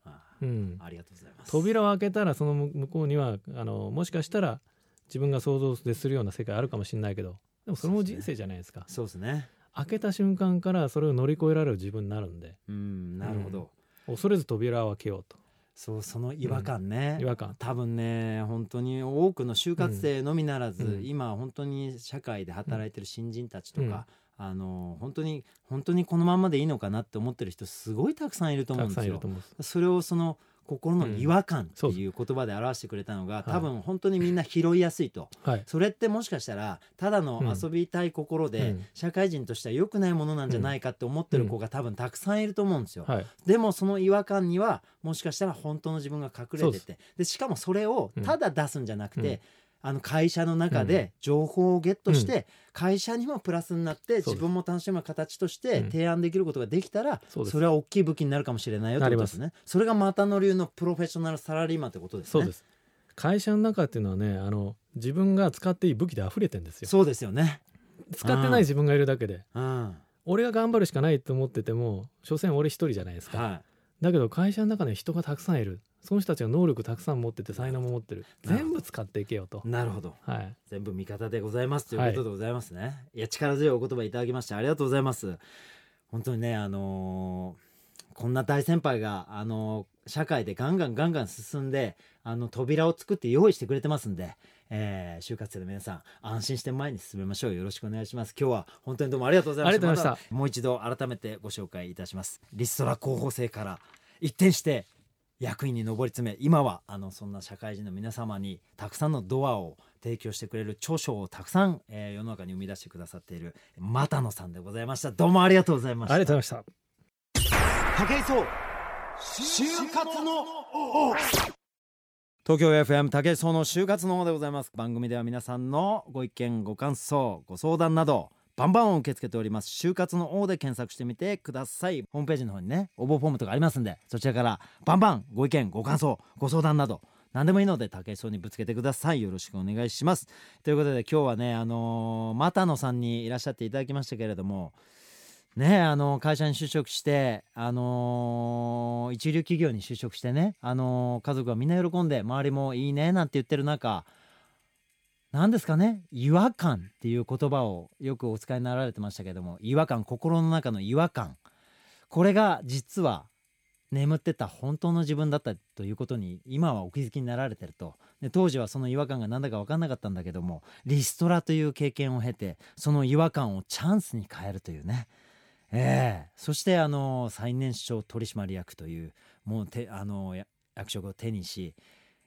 [SPEAKER 2] あ
[SPEAKER 3] うん
[SPEAKER 2] ー、ありがとうございます
[SPEAKER 3] 扉を開けたらその向こうにはあのもしかしたら自分が想像でするような世界あるかもしれないけどでもそれも人生じゃないですか
[SPEAKER 2] そうですね
[SPEAKER 3] 開けた瞬間からそれを乗り越えられる自分になるんで
[SPEAKER 2] うんなるほど、
[SPEAKER 3] う恐れず扉を開けようと
[SPEAKER 2] そうその違和感ね、
[SPEAKER 3] 違和感
[SPEAKER 2] 多分ね本当に多くの就活生のみならず、
[SPEAKER 3] うん
[SPEAKER 2] 今本当に社会で働いてる新人たちとか、あの本当に本当にこのままでいいのかなって思ってる人すごいたくさんいると思
[SPEAKER 3] た
[SPEAKER 2] うんで
[SPEAKER 3] くさん
[SPEAKER 2] す
[SPEAKER 3] いる
[SPEAKER 2] よ
[SPEAKER 3] と。思うんです
[SPEAKER 2] それをその心の違和感っていう言葉で表してくれたのが、
[SPEAKER 3] んそう
[SPEAKER 2] 多分本当にみんな拾いやすいと、
[SPEAKER 3] はい
[SPEAKER 2] それってもしかしたらただの遊びたい心
[SPEAKER 3] う
[SPEAKER 2] で
[SPEAKER 3] ん
[SPEAKER 2] 社会人としては良くないものなんじゃないかって思ってる子が多分たくさんいると思うんですよ。
[SPEAKER 3] はい
[SPEAKER 2] でもその違和感にはもしかしたら本当の自分が隠
[SPEAKER 3] そ
[SPEAKER 2] れ
[SPEAKER 3] うで
[SPEAKER 2] て
[SPEAKER 3] す
[SPEAKER 2] てでしかもそれをただ出すんじゃなく
[SPEAKER 3] うんう
[SPEAKER 2] て、あの会社の中で情報をゲットして会社にもプラスになって
[SPEAKER 3] す
[SPEAKER 2] 自分も楽しむ形として
[SPEAKER 3] うん
[SPEAKER 2] 提案できることができたら
[SPEAKER 3] そうです
[SPEAKER 2] それは大きい武器になるかもしれないよってことですねそれがまたの流のプロフェッショナルサラリーマンってことですね
[SPEAKER 3] そうです会社の中っていうのはねあの自分が使っていい武器で溢れてんですよ
[SPEAKER 2] そうですよね
[SPEAKER 3] 使ってない自分がいるだけで
[SPEAKER 2] うん
[SPEAKER 3] 俺が頑張るしかないと思ってても所詮俺一人じゃないですか、
[SPEAKER 2] は
[SPEAKER 3] だけど会社の中には人がたくさんいるその人たちが能力たくさん持ってて才能も持ってる
[SPEAKER 2] なるほど
[SPEAKER 3] 全部使っていけよと
[SPEAKER 2] い、なるほど
[SPEAKER 3] はい、
[SPEAKER 2] 全部味方でございますということでございますね、い、や力強いお言葉いただきましてありがとうございます本当にねあのーこんな大先輩があのー社会でガンガンガンガン進んであの扉を作って用意してくれてますんで、えー就活生の皆さん安心して前に進めましょうよろしくお願いします今日は本当にどうもありがとうございました
[SPEAKER 3] ありがとうございました
[SPEAKER 2] もう一度改めてご紹介いたしますリストラ候補生から一転して役員に上り詰め今はあのそんな社会人の皆様にたくさんのドアを提供してくれる著書をたくさん、えー世の中に生み出してくださっている又野さんでございましたどうもありがとうございました
[SPEAKER 3] ありがとうございました
[SPEAKER 1] 武井壮就活の王
[SPEAKER 2] 東京 FM 竹井壮の就活の方でございます番組では皆さんのご意見ご感想ご相談などバンバン受け付けております就活の王で検索してみてくださいホームページの方にね応募フォームとかありますんでそちらからバンバンご意見ご感想ご相談など何でもいいので竹井壮にぶつけてくださいよろしくお願いしますということで今日はねあのー、又野さんにいらっしゃっていただきましたけれどもねあの会社に就職して、あのー一流企業に就職してね、あのー家族がみんな喜んで周りもいいねなんて言ってる中何ですかね違和感っていう言葉をよくお使いになられてましたけども違和感心の中の違和感これが実は眠ってた本当の自分だったということに今はお気づきになられてるとで当時はその違和感が何だか分かんなかったんだけどもリストラという経験を経てその違和感をチャンスに変えるというねええそしてあの最年少取締役というもうてあのや役職を手にし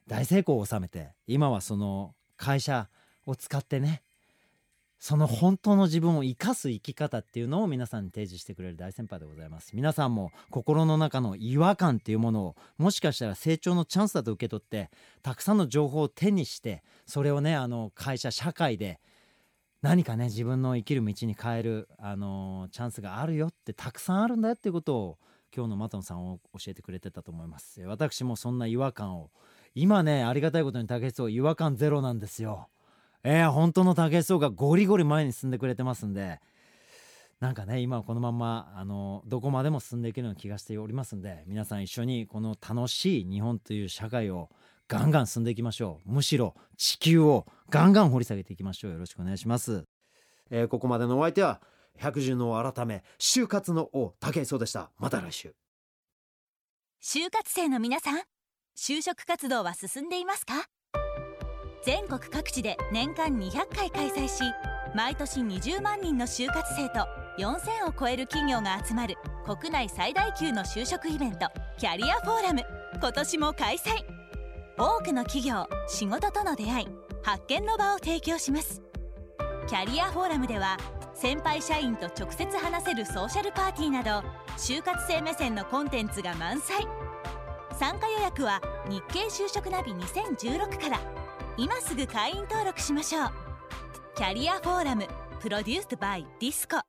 [SPEAKER 2] 大成功を収めて今はその会社を使ってねその本当の自分を生かす生き方っていうのを皆さんに提示してくれる大先輩でございます皆さんも心の中の違和感っていうものをもしかしたら成長のチャンスだと受け取ってたくさんの情報を手にしてそれをねあの会社社会で何かね自分の生きる道に変える、あのーチャンスがあるよってたくさんあるんだよっていうことを今日のマ野さんを教えてくれてたと思いますえー私もそんな違和感を今ねありがたいことに竹井壮違和感ゼロなんですよえー、本当の竹井壮がゴリゴリ前に進んでくれてますんでなんかね今はこのまんまあのどこまでも進んでいけるような気がしておりますんで皆さん一緒にこの楽しい日本という社会をガンガン進んでいきましょうむしろ地球をガンガン掘り下げていきましょうよろしくお願いします、えーここまでのお相手は百獣の王改め就活の王武井壮でしたまた来週
[SPEAKER 4] 就活生の皆さん就職活動は進んでいますか全国各地で年間200回開催し毎年20万人の就活生と4000を超える企業が集まる国内最大級の就職イベントキャリアフォーラム今年も開催多くの企業仕事との出会い発見の場を提供しますキャリアフォーラムでは先輩社員と直接話せるソーシャルパーティーなど就活生目線のコンテンツが満載参加予約は日経就職ナビ2016から今すぐ会員登録しましょうキャリアフォーラムプロデュース by ディスコ